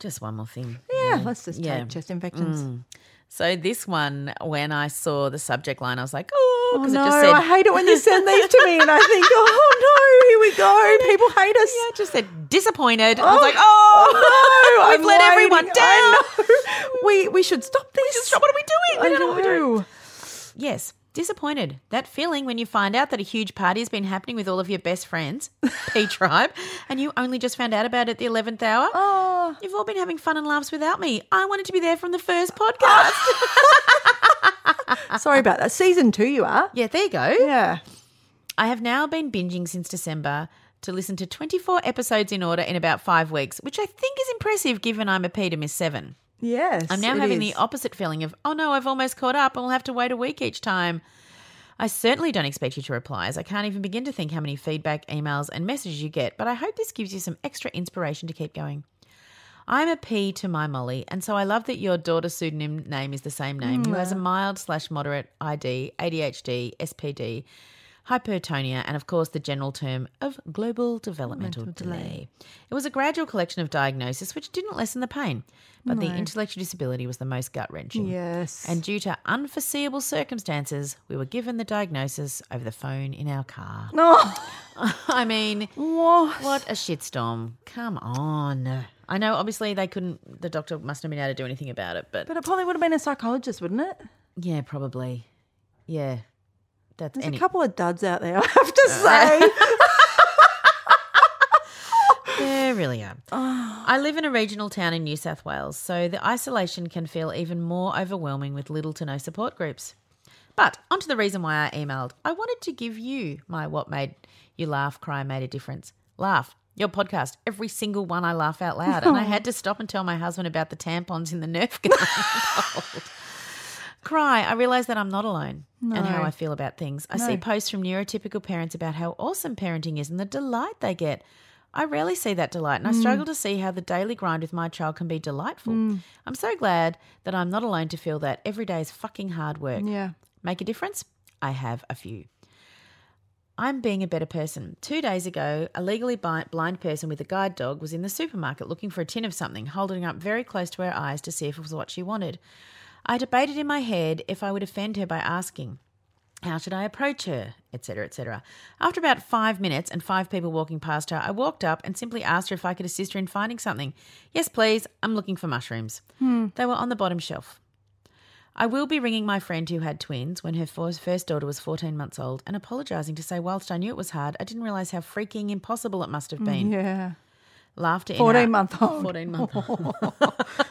C: Just one more thing.
B: Yeah, let's just
C: Yeah. Mm.
B: take chest infections.
C: So this one, when I saw the subject line, I was like, oh,
B: Oh,
C: because
B: no,
C: it just said,
B: I hate it when you send these to me, and I think, oh no, here we go. People hate us.
C: yeah, it just said disappointed. I was like, oh,
B: Oh, no,
C: we've
B: I'm
C: let
B: waiting.
C: everyone down.
B: I know. We we should stop this.
C: stop. What are we doing? We
B: I
C: don't know what we're
B: know.
C: Yes, disappointed. That feeling when you find out that a huge party has been happening with all of your best friends, P Tribe, and you only just found out about it at the 11th hour. Oh. You've all been having fun and laughs without me. I wanted to be there from the first podcast.
B: Sorry about that. Season two, you are.
C: yeah, there you go.
B: Yeah.
C: I have now been binging since December to listen to 24 episodes in order in about five weeks, which I think is impressive given I'm a Peter Miss 7.
B: Yes.
C: I'm now
B: it
C: having
B: is.
C: the opposite feeling of, oh no, I've almost caught up and we'll have to wait a week each time. I certainly don't expect you to reply, as I can't even begin to think how many feedback, emails, and messages you get, but I hope this gives you some extra inspiration to keep going. I'm a P to my Molly, and so I love that your daughter's pseudonym name is the same name, who has a mild slash moderate ID, ADHD, SPD, hypertonia, and of course the general term of global developmental delay. It was a gradual collection of diagnosis which didn't lessen the pain, but the intellectual disability was the most gut wrenching.
D: Yes.
C: And due to unforeseeable circumstances, we were given the diagnosis over the phone in our car.
B: Oh,
C: I mean,
B: what?
C: what a shitstorm. Come on. I know, obviously, they couldn't, the doctor must have been able to do anything about it, but,
B: But it probably would have been a psychologist, wouldn't it?
C: yeah, probably. Yeah. That's
B: There's
C: any,
B: a couple of duds out there, I have to say.
C: There really are.
B: Oh.
C: I live in a regional town in New South Wales, so the isolation can feel even more overwhelming with little to no support groups. But onto the reason why I emailed. I wanted to give you my What Made You Laugh Cry Made a Difference. Laugh. Your podcast. Every single one I laugh out loud. And I had to stop and tell my husband about the tampons in the Nerf gun. Cry. I realize that I'm not alone and how I feel about things. I see posts from neurotypical parents about how awesome parenting is and the delight they get. I rarely see that delight, and I struggle to see how the daily grind with my child can be delightful. I'm so glad that I'm not alone to feel that every day is fucking hard work.
B: yeah.
C: Make a difference? I have a few. I'm being a better person. Two days ago, a legally bi- blind person with a guide dog was in the supermarket looking for a tin of something, holding it up very close to her eyes to see if it was what she wanted. I debated in my head if I would offend her by asking, How should I approach her? etc. etc. After about five minutes and five people walking past her, I walked up and simply asked her if I could assist her in finding something. Yes, please, I'm looking for mushrooms.
B: Hmm.
C: They were on the bottom shelf. I will be ringing my friend who had twins when her fir- first daughter was 14 months old and apologising to say, whilst I knew it was hard, I didn't realise how freaking impossible it must have been.
B: Mm, Yeah.
C: Laughter in
B: 14
C: our-
B: month old.
C: 14 month old.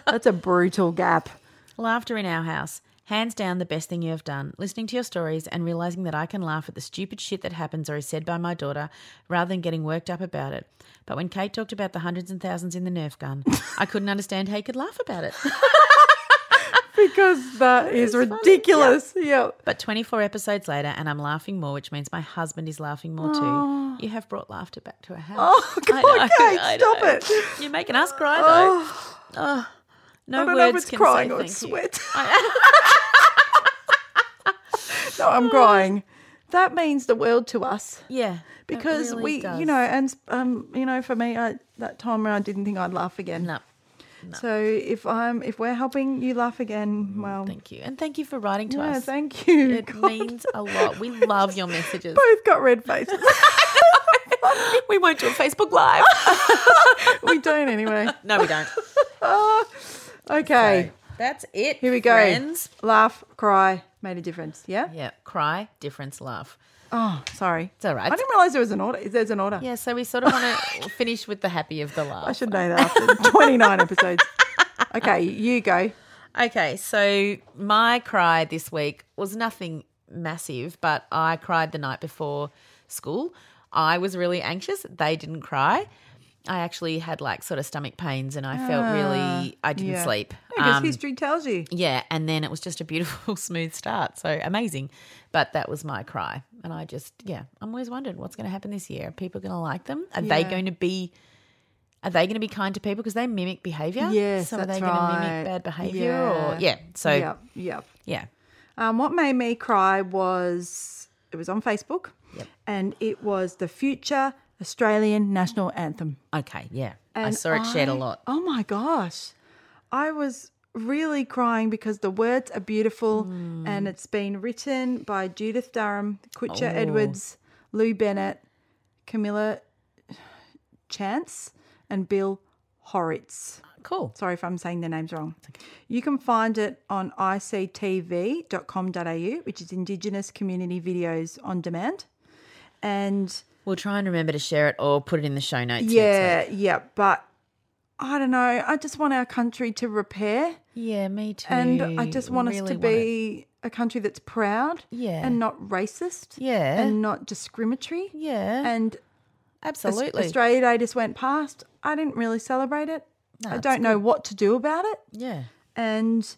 B: That's a brutal gap.
C: Laughter in our house. Hands down, the best thing you have done. Listening to your stories and realizing that I can laugh at the stupid shit that happens or is said by my daughter rather than getting worked up about it. But when Kate talked about the hundreds and thousands in the Nerf gun, I couldn't understand how you could laugh about it.
B: Because that is ridiculous. Yeah.
C: But 24 episodes later, and I'm laughing more, which means my husband is laughing more too. You have brought laughter back to our house.
B: Oh,
C: I
B: God,
C: know,
B: Kate,
C: I
B: stop
C: know.
B: it.
C: You're making us cry, though. Oh, no
B: I don't know
C: words
B: if it's
C: can
B: crying
C: say
B: or
C: thank
B: it's
C: you.
B: sweat. no,
C: Oh.
B: I'm crying. That means the world to us
C: Yeah, it
B: because
C: really
B: we,
C: does.
B: you know, and um, you know, for me, I, that time around, I didn't think I'd laugh again.
C: No, Mm,
B: So if I'm, if we're helping you laugh again, well,
C: thank you, and thank you for writing to
B: yeah,
C: us.
B: thank you.
C: It
B: God.
C: means a lot. We love your messages.
B: Both got red faces.
C: we won't do a Facebook Live.
B: we don't anyway.
C: no, we don't.
B: Okay,
C: That's it.
B: here we go.
C: Friends.
B: Laugh, cry, made a difference. Yeah.
C: Yeah, cry, difference, laugh.
B: Oh, sorry.
C: It's all right.
B: I didn't realize there was an order. There's an order.
C: Yeah, so we sort of want to finish with the happy of the laugh.
B: I should know that after 29 episodes. Okay, you go.
C: Okay, so my cry this week was nothing massive, but I cried the night before school. I was really anxious. They didn't cry. I actually had like sort of stomach pains and I felt really, I didn't sleep.
B: Because
C: Um,
B: history tells you.
C: yeah, and then it was just a beautiful, smooth start. So amazing. But that was my cry. And I just, yeah, I'm always wondering what's going to happen this year. Are people going to like them? Are they going to be. Are they going to be kind to people because they mimic behavior?
B: Yes,
C: so are
B: that's
C: they going to
B: right.
C: mimic bad behavior
B: Yeah.
C: or yeah? So
B: yep, yep.
C: yeah.
B: Um, what made me cry was it was on Facebook, and it was the future Australian national anthem.
C: Okay. Yeah. I
B: And
C: saw it shared a
B: I-
C: lot.
B: Oh my gosh. I was really crying because the words are beautiful
C: Hmm.
B: and it's been written by Judith Durham, Kutcher
C: Oh.
B: Edwards, Lou Bennett, Camilla Chance, and Bill Horitz.
C: Cool.
B: Sorry if I'm saying their names wrong. You can find it on ictv.com.au, which is Indigenous Community Videos on Demand. And
C: We'll try and remember to share it or put it in the show notes. next week.
B: yeah, yeah, but I don't know. I just want our country to repair,
C: Yeah. Me too.
B: and I just want us
C: Really
B: to
C: want it.
B: be a country that's proud,
C: Yeah.
B: and not racist,
C: Yeah.
B: and not discriminatory,
C: Yeah.
B: And Aus-
C: absolutely.
B: Australia Day just went past. I didn't really celebrate it. I
C: it's
B: don't know what to do about it,
C: yeah.
B: and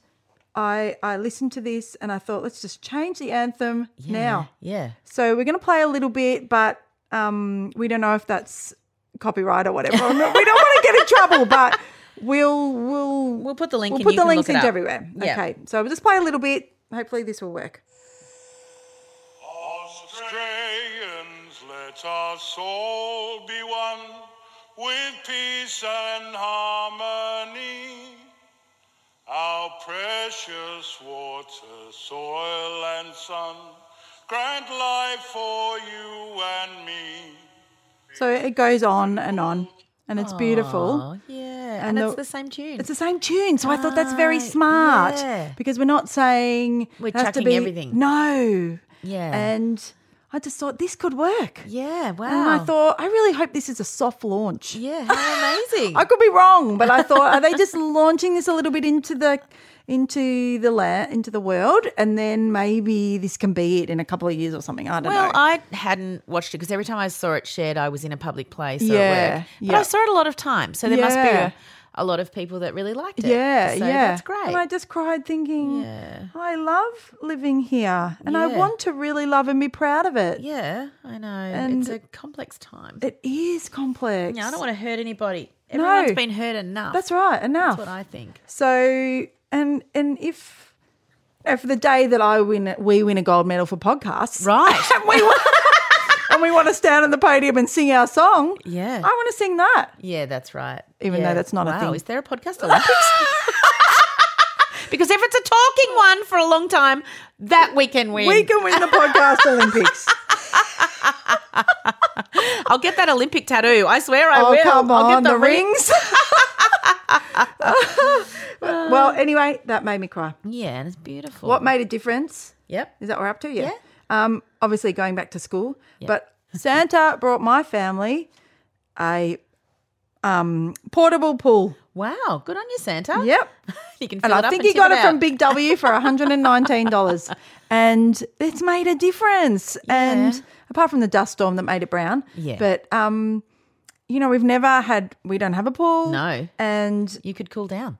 B: I, I listened to this and I thought, let's just change the anthem now.
C: Yeah.
B: So we're going to play a little bit, but um, we don't know if that's copyright or whatever. we don't want to get in trouble, but we'll we'll
C: We'll put the link
B: We'll
C: in,
B: put
C: you
B: the
C: can
B: links
C: look it
B: into
C: up.
B: everywhere.
C: Yeah.
B: Okay, so we'll just play a little bit. Hopefully, this will work.
D: Australians, let us all be one with peace and harmony. Our precious water, soil, and sun grant life for you and me.
B: So it goes on and on, and it's beautiful.
C: Yeah. And,
B: And
C: it's
B: the-
C: the same tune.
B: It's the same tune, so I thought that's very smart
C: yeah.
B: because we're not saying
C: We're
B: it has to
C: chucking
B: be-
C: everything.
B: No,
C: yeah.
B: and I just thought this could work.
C: yeah. Wow.
B: And I thought I really hope this is a soft launch.
C: Yeah. How amazing.
B: I could be wrong, but I thought are they just launching this a little bit into the into the la- into the world, and then maybe this can be it in a couple of years or something. I don't
C: well,
B: know.
C: I hadn't watched it because every time I saw it shared, I was in a public place. Or
B: Yeah,
C: at work. But
B: yeah.
C: I saw it a lot of times, so there must be
B: Yeah.
C: a, a lot of people that really liked it.
B: yeah,
C: so
B: yeah,
C: That's great.
B: And I just cried thinking, I love living here, and I
C: Yeah.
B: want to really love and be proud of it.
C: yeah, I know.
B: And-
C: it's a complex time.
B: It is complex.
C: No, I don't want to hurt anybody. Everyone's been hurt enough.
B: That's right. Enough.
C: That's what I think.
B: So and and if if the day that I win, we win a gold medal for podcasts,
C: Right.
B: and we want, and we want to stand on the podium and sing our song.
C: Yeah.
B: I want to sing that.
C: Yeah, that's right.
B: Even
C: Yeah.
B: though that's not a
C: wow,
B: thing.
C: Is there a podcast Olympics? because if it's a talking one for a long time, that we can win.
B: We can win the podcast Olympics.
C: I'll get that Olympic tattoo. I swear I
B: Oh
C: will.
B: come
C: I'll
B: on,
C: get
B: the, rings. well, anyway, that made me cry.
C: Yeah, and it's beautiful.
B: What made a difference?
C: Yep.
B: Is that what we're up to? Yeah. Um, obviously going back to school, but Santa brought my family a um portable pool.
C: Wow, good on you, Santa.
B: Yep.
C: you can. Fill
B: And
C: it
B: I
C: up
B: think
C: and
B: he
C: tip
B: got it
C: out.
B: from Big W for $119. and it's made a difference. And apart from the dust storm that made it brown.
C: Yeah.
B: But um, you know, we've never had we don't have a pool.
C: No.
B: And
C: You could cool down.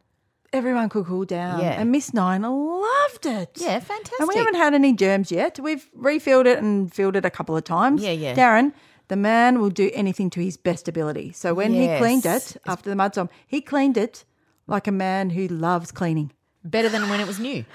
B: everyone could cool down.
C: Yeah.
B: And Miss Nine loved it.
C: Yeah, fantastic.
B: And we haven't had any germs yet. We've refilled it and filled it a couple of times.
C: Yeah, yeah.
B: Darren, the man will do anything to his best ability. So when he cleaned
C: Yes.
B: it after the mudstorm, he cleaned it like a man who loves cleaning.
C: Better than when it was new.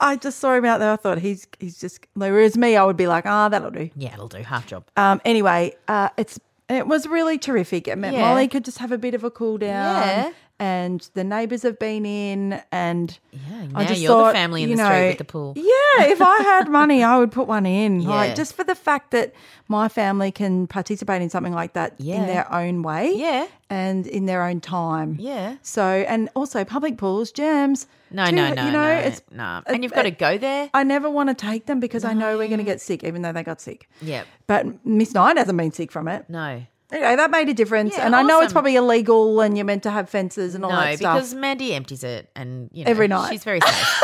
B: I just saw him out there. I thought he's he's just. Whereas me, I would be like, ah, that'll do.
C: Yeah, it'll do half job.
B: Um. Anyway, uh, it's it was really terrific. It meant
C: Yeah.
B: Molly could just have a bit of a cool down.
C: Yeah.
B: And the neighbours have been in, and
C: Yeah,
B: I
C: now
B: just
C: you're the
B: thought,
C: family in
B: you
C: the street
B: know,
C: with the pool.
B: Yeah, if I had money, I would put one in.
C: Yeah.
B: Like just for the fact that my family can participate in something like that in
C: Yeah.
B: their own way.
C: Yeah.
B: And in their own time.
C: Yeah.
B: So and also public pools, jams.
C: No,
B: too,
C: no, no,
B: You know,
C: no,
B: it's
C: no. And you've got to go there.
B: I never want to take them because I know we're going to get sick, even though they got sick.
C: Yep.
B: But Miss Nine hasn't been sick from it.
C: No.
B: Anyway, that made a difference.
C: Yeah,
B: and I know it's
C: awesome.
B: probably illegal and you're meant to have fences and all
C: No,
B: that stuff.
C: because Mandy empties it and you know
B: Every night.
C: She's very safe.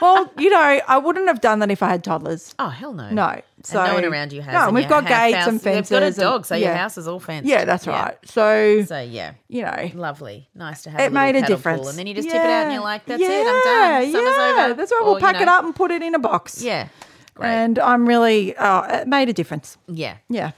B: well, you know, I wouldn't have done that if I had toddlers.
C: oh hell no.
B: No. So
C: and no one around you has.
B: No, and we've
C: your
B: got
C: half
B: gates
C: house-
B: and fences.
C: You've got a
B: and-
C: dog, so your
B: yeah.
C: house is all fenced.
B: Yeah, that's right. So,
C: So yeah.
B: you know,
C: Lovely. Nice to have
B: It
C: a little
B: made a
C: paddle
B: difference.
C: Pool. And then you just tip it out and
B: Yeah.
C: you're like, that's it, I'm done.
B: Yeah,
C: Summer's
B: yeah.
C: over.
B: That's right.
C: Or,
B: We'll
C: you
B: pack it
C: know,
B: up and put it in a box.
C: Yeah. Great.
B: And I'm really, oh, it made a difference.
C: yeah.
B: Yeah.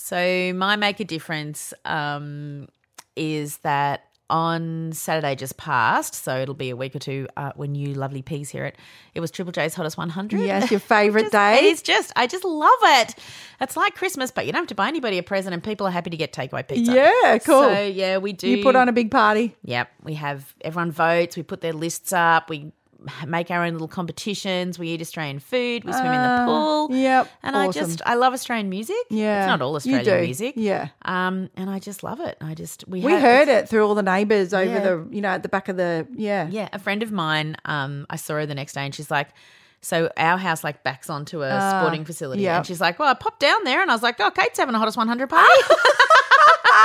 C: So my make a difference um, is that on Saturday just past, so it'll be a week or two uh, when you lovely peas hear it. It was Triple J's hottest 100.
B: Yes, your favourite
C: Just-
B: day.
C: It is just, I just love it. It's like Christmas, but you don't have to buy anybody a present, and people are happy to get takeaway pizza.
B: Yeah, cool.
C: So yeah, we do.
B: You put on a big party.
C: Yep. We have everyone votes, we put their lists up, we make our own little competitions, we eat Australian food, we swim in the pool.
B: Uh, yep,
C: And I
B: awesome.
C: just I love Australian music.
B: Yeah,
C: It's not all
B: you
C: Australian
B: do,
C: music.
B: yeah.
C: Um and I just love it. I just we
B: We
C: have-
B: heard it through all the neighbours over
C: Yeah.
B: the, you know, at the back of the, yeah.
C: Yeah, a friend of mine, um, I saw her the next day and she's like, so our house like backs onto a sporting facility.
B: Ah, yep.
C: And she's like, well, I popped down there and I was like, oh, Kate's having a hottest 100 party.
B: Ah.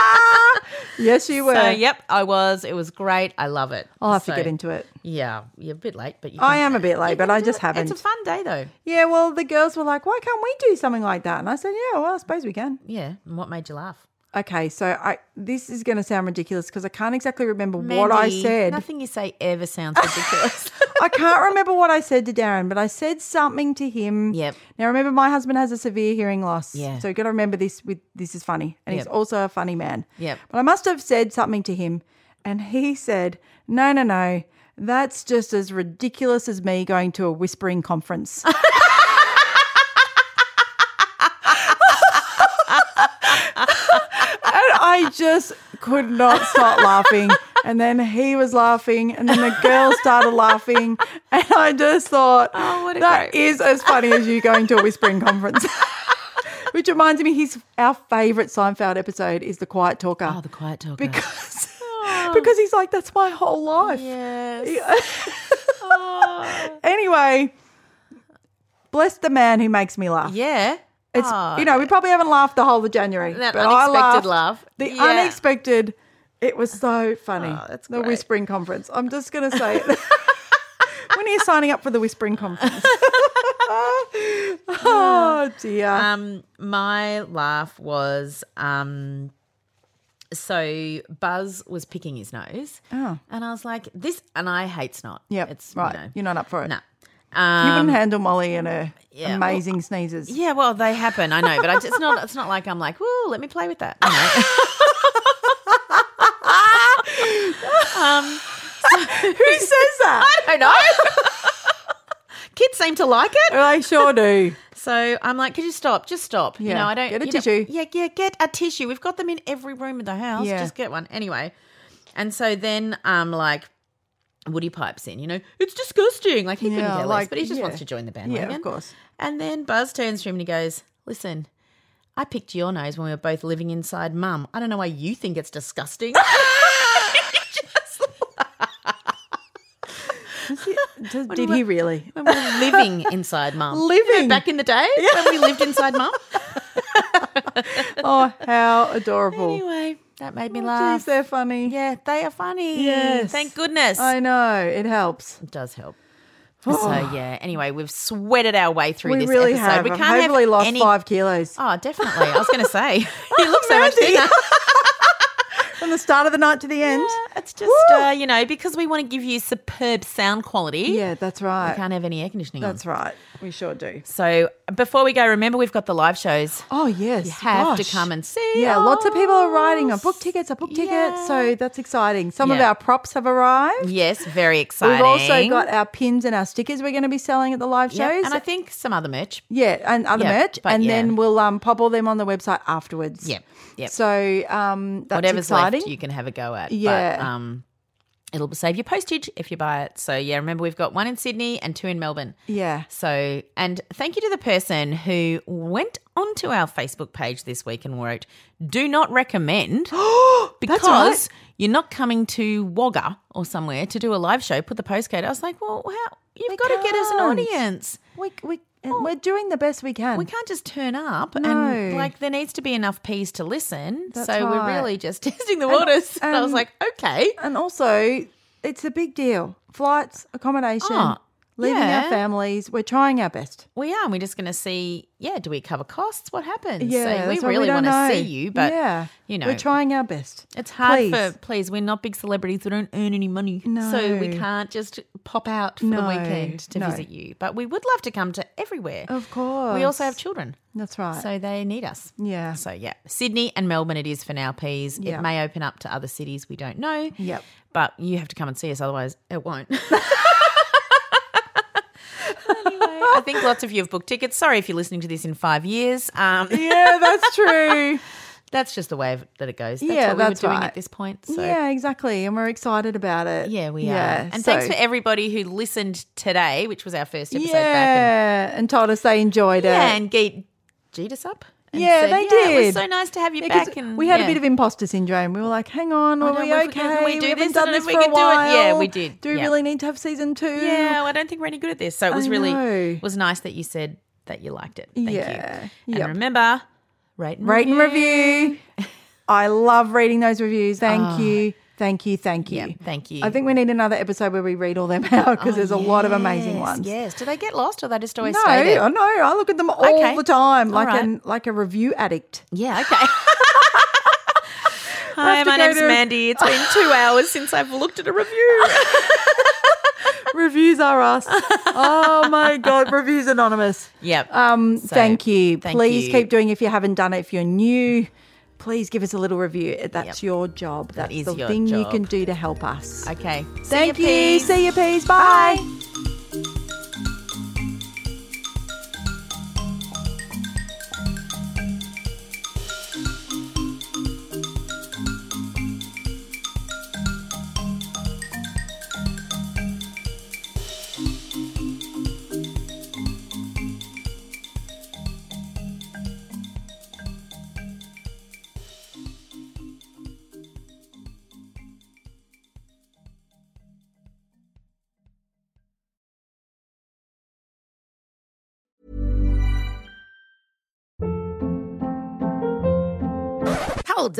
B: Yes, you were.
C: so, yep, I was. It was great. I love it.
B: I'll have
C: So,
B: to get into it.
C: Yeah, you're a bit late, but you
B: I
C: can-
B: am a bit late,
C: you
B: but
C: can
B: I
C: do
B: just
C: it.
B: haven't.
C: It's a fun day though.
B: Yeah, well, the girls were like, why can't we do something like that? And I said, yeah, well, I suppose we can.
C: Yeah. And what made you laugh?
B: Okay, so I this is going to sound ridiculous because I can't exactly remember what I
C: Mandy,
B: said.
C: Nothing you say ever sounds ridiculous.
B: I can't remember what I said to Darren, but I said something to him.
C: Yep.
B: Now remember, my husband has a severe hearing loss.
C: Yeah.
B: So you got to remember this. With this is funny, and he's
C: Yep.
B: also a funny man.
C: Yep.
B: But I must have said something to him, and he said, "No, no, no." That's just as ridiculous as me going to a whispering conference. And I just could not stop laughing. And then he was laughing, and then the girl started laughing. And I just thought,
C: Oh, what a
B: that
C: great-
B: is as funny as you going to a whispering conference. Which reminds me, his our favourite Seinfeld episode is the Quiet Talker.
C: oh, the quiet talker. Oh.
B: because because he's like, that's my whole life.
C: Oh.
B: Anyway, bless the man who makes me laugh.
C: yeah.
B: It's you know we probably haven't laughed the whole of January.
C: Oh, That
B: but I laughed.
C: unexpected laugh.
B: The
C: Yeah. Oh,
B: unexpected. It was so funny.
C: that's
B: the
C: great.
B: whispering conference. I'm just gonna say it. when are you signing up for the whispering conference? oh dear.
C: Um, my laugh was um, so Buzz was picking his nose,
B: Oh.
C: and I was like, "This," and I hate snot.
B: yep.
C: it's
B: right.
C: You know,
B: You're not up for it.
C: no.
B: You
C: Um,
B: wouldn't handle Molly and her
C: yeah,
B: amazing sneezes.
C: yeah, well, they happen. I know, but I, it's not. It's not like I'm like, "Ooh, let me play with that." you know. um,
B: Who says that?
C: I don't know. Kids seem to like it.
B: I sure do.
C: So I'm like, could you stop? Just stop. You
B: Yeah.
C: know, I don't
B: Get a
C: you know-
B: tissue.
C: yeah, yeah, get a tissue. We've got them in every room in the house.
B: Yeah.
C: Just get one. Anyway. And so then um like Woody pipes in, you know, it's disgusting. Like he couldn't
B: Yeah,
C: care less,
B: like,
C: but he just
B: yeah.
C: wants to join the bandwagon.
B: Yeah, of course.
C: And then Buzz turns to him and he goes, Listen, I picked your nose when we were both living inside mum. I don't know why you think it's disgusting.
B: Did, did he really?
C: when we were living inside mum. You know,
B: Living.
C: back in the day when we lived inside mum.
B: Oh, how adorable.
C: Anyway, that made me
B: Oh,
C: laugh.
B: geez, they're funny.
C: Yeah, they are funny.
B: Yes.
C: Thank goodness.
B: I know. It helps.
C: It does help. So yeah. Anyway, we've sweated our way through
B: We
C: this
B: really
C: episode.
B: have.
C: We
B: I've
C: can't have
B: hopefully lost
C: any-
B: five kilos.
C: Oh, definitely. I was going to say you look so much
B: Mandy.
C: thinner.
B: From the start of the night to the end.
C: It's just uh, you know because we want to give you superb sound quality.
B: Yeah, that's
C: we
B: right.
C: can't have any air conditioning.
B: That's
C: on.
B: right. We sure do.
C: So before we go, remember we've got the live shows.
B: Oh, yes.
C: You have to
B: Gosh.
C: come and see.
B: Yeah, lots of people are writing. I
C: us.
B: booked tickets. I booked tickets.
C: Yeah.
B: So that's exciting. Some of
C: Yeah.
B: our props have arrived.
C: Yes, very exciting.
B: We've also got our pins and our stickers we're going to be selling at the live shows.
C: Yeah, and I think some other merch.
B: Yeah, and other
C: Yeah,
B: merch,
C: but
B: and
C: yeah.
B: then we'll um, pop all them on the website afterwards.
C: Yep, yep.
B: So um, that's
C: whatever's
B: exciting.
C: left you can have a go at.
B: Yeah.
C: But, um, it'll save your postage if you buy it. So yeah, remember we've got one in Sydney and two in Melbourne.
B: yeah,
C: So and thank you to the person who went onto our Facebook page this week and wrote, "Do not recommend." Because
B: right.
C: you're not coming to Wagga or somewhere to do a live show, put the postcode. I was like, well, how? You've
B: We
C: got to get us an
B: can't.
C: audience.
B: we we and we're doing the best we can.
C: We can't just turn up,
B: No.
C: and like there needs to be enough peas to listen.
B: That's
C: so we're
B: right.
C: really just testing the waters. And, I was
B: um,
C: like, okay,
B: And also, it's a big deal. Flights, accommodation,
C: Ah,
B: leaving
C: yeah.
B: our families. We're trying our best.
C: we are. And we're just going to see. Yeah, do we cover costs? What happens?
B: Yeah,
C: so we
B: that's what
C: really
B: don't
C: want to
B: know.
C: see you, but
B: yeah,
C: you know,
B: we're trying our best.
C: It's hard
B: Please.
C: for please. We're not big celebrities. We don't earn any money, so we
B: No.
C: can't just pop out for the
B: No,
C: weekend to
B: no.
C: visit you. But we would love to come to everywhere.
B: Of course.
C: we also have children.
B: That's right.
C: So they need us.
B: Yeah.
C: So yeah, Sydney and Melbourne it is for now, please.
B: Yeah.
C: It may open up to other cities we don't know.
B: Yep.
C: But you have to come and see us, otherwise it won't. anyway, I think lots of you have booked tickets. Sorry if you're listening to this in five years. Um,
B: yeah, that's true.
C: That's just the way of- that it goes. That's
B: Yeah,
C: what we
B: that's
C: were doing
B: right.
C: at this point. So.
B: Yeah, exactly. And we're excited about it.
C: Yeah, we are. And
B: so-
C: thanks for everybody who listened today, which was our first episode back.
B: yeah, and, told us they enjoyed
C: And, yeah,
B: it.
C: and Geet G'd us up. and
B: Yeah,
C: said,
B: they
C: It was
B: did."
C: so nice to have you
B: Yeah, 'cause
C: back. And
B: we had
C: yeah.
B: a bit of imposter syndrome. We were like, "Hang on,
C: I
B: are
C: don't
B: we
C: know if we
B: okay?
C: can- can we do
B: haven't
C: this?
B: done
C: I don't know
B: this
C: if we
B: for a
C: can do it." Yeah,
B: while.
C: we did.
B: Do we
C: Yeah.
B: really need to have season two?
C: Yeah, well, I don't think we're any good at this. So it
B: I
C: was really
B: know.
C: it was nice that you said that you liked it. Thank
B: Yeah,
C: you. And
B: yep.
C: remember, rate and
B: Rate and
C: review.
B: review.
C: Mm-hmm.
B: I love reading those reviews. Thank you, thank you, thank you,
C: Ah. thank you. Oh,
B: I think we need another episode where we read all them out because there's a lot of amazing ones.
C: Yes. Do they get lost or they just always
B: No,
C: stay there?
B: I know. I look at them all
C: Okay.
B: the time,
C: All
B: like
C: right.
B: an like a review addict.
C: Yeah, okay. Hi,
B: have to
C: my
B: go
C: name's
B: to-
C: Mandy. It's been two hours since I've looked at a review.
B: Reviews are us. oh my god, reviews anonymous.
C: Yep.
B: Um,
C: So,
B: thank you.
C: thank
B: Please
C: you.
B: keep doing. If you haven't done it, if you're new, please give us a little review. That's your job. That's
C: is
B: the
C: your
B: thing you
C: job.
B: can do to help us.
C: okay. See
B: Thank you.
C: ya, peas.
B: See you, peas. Bye.
E: Hold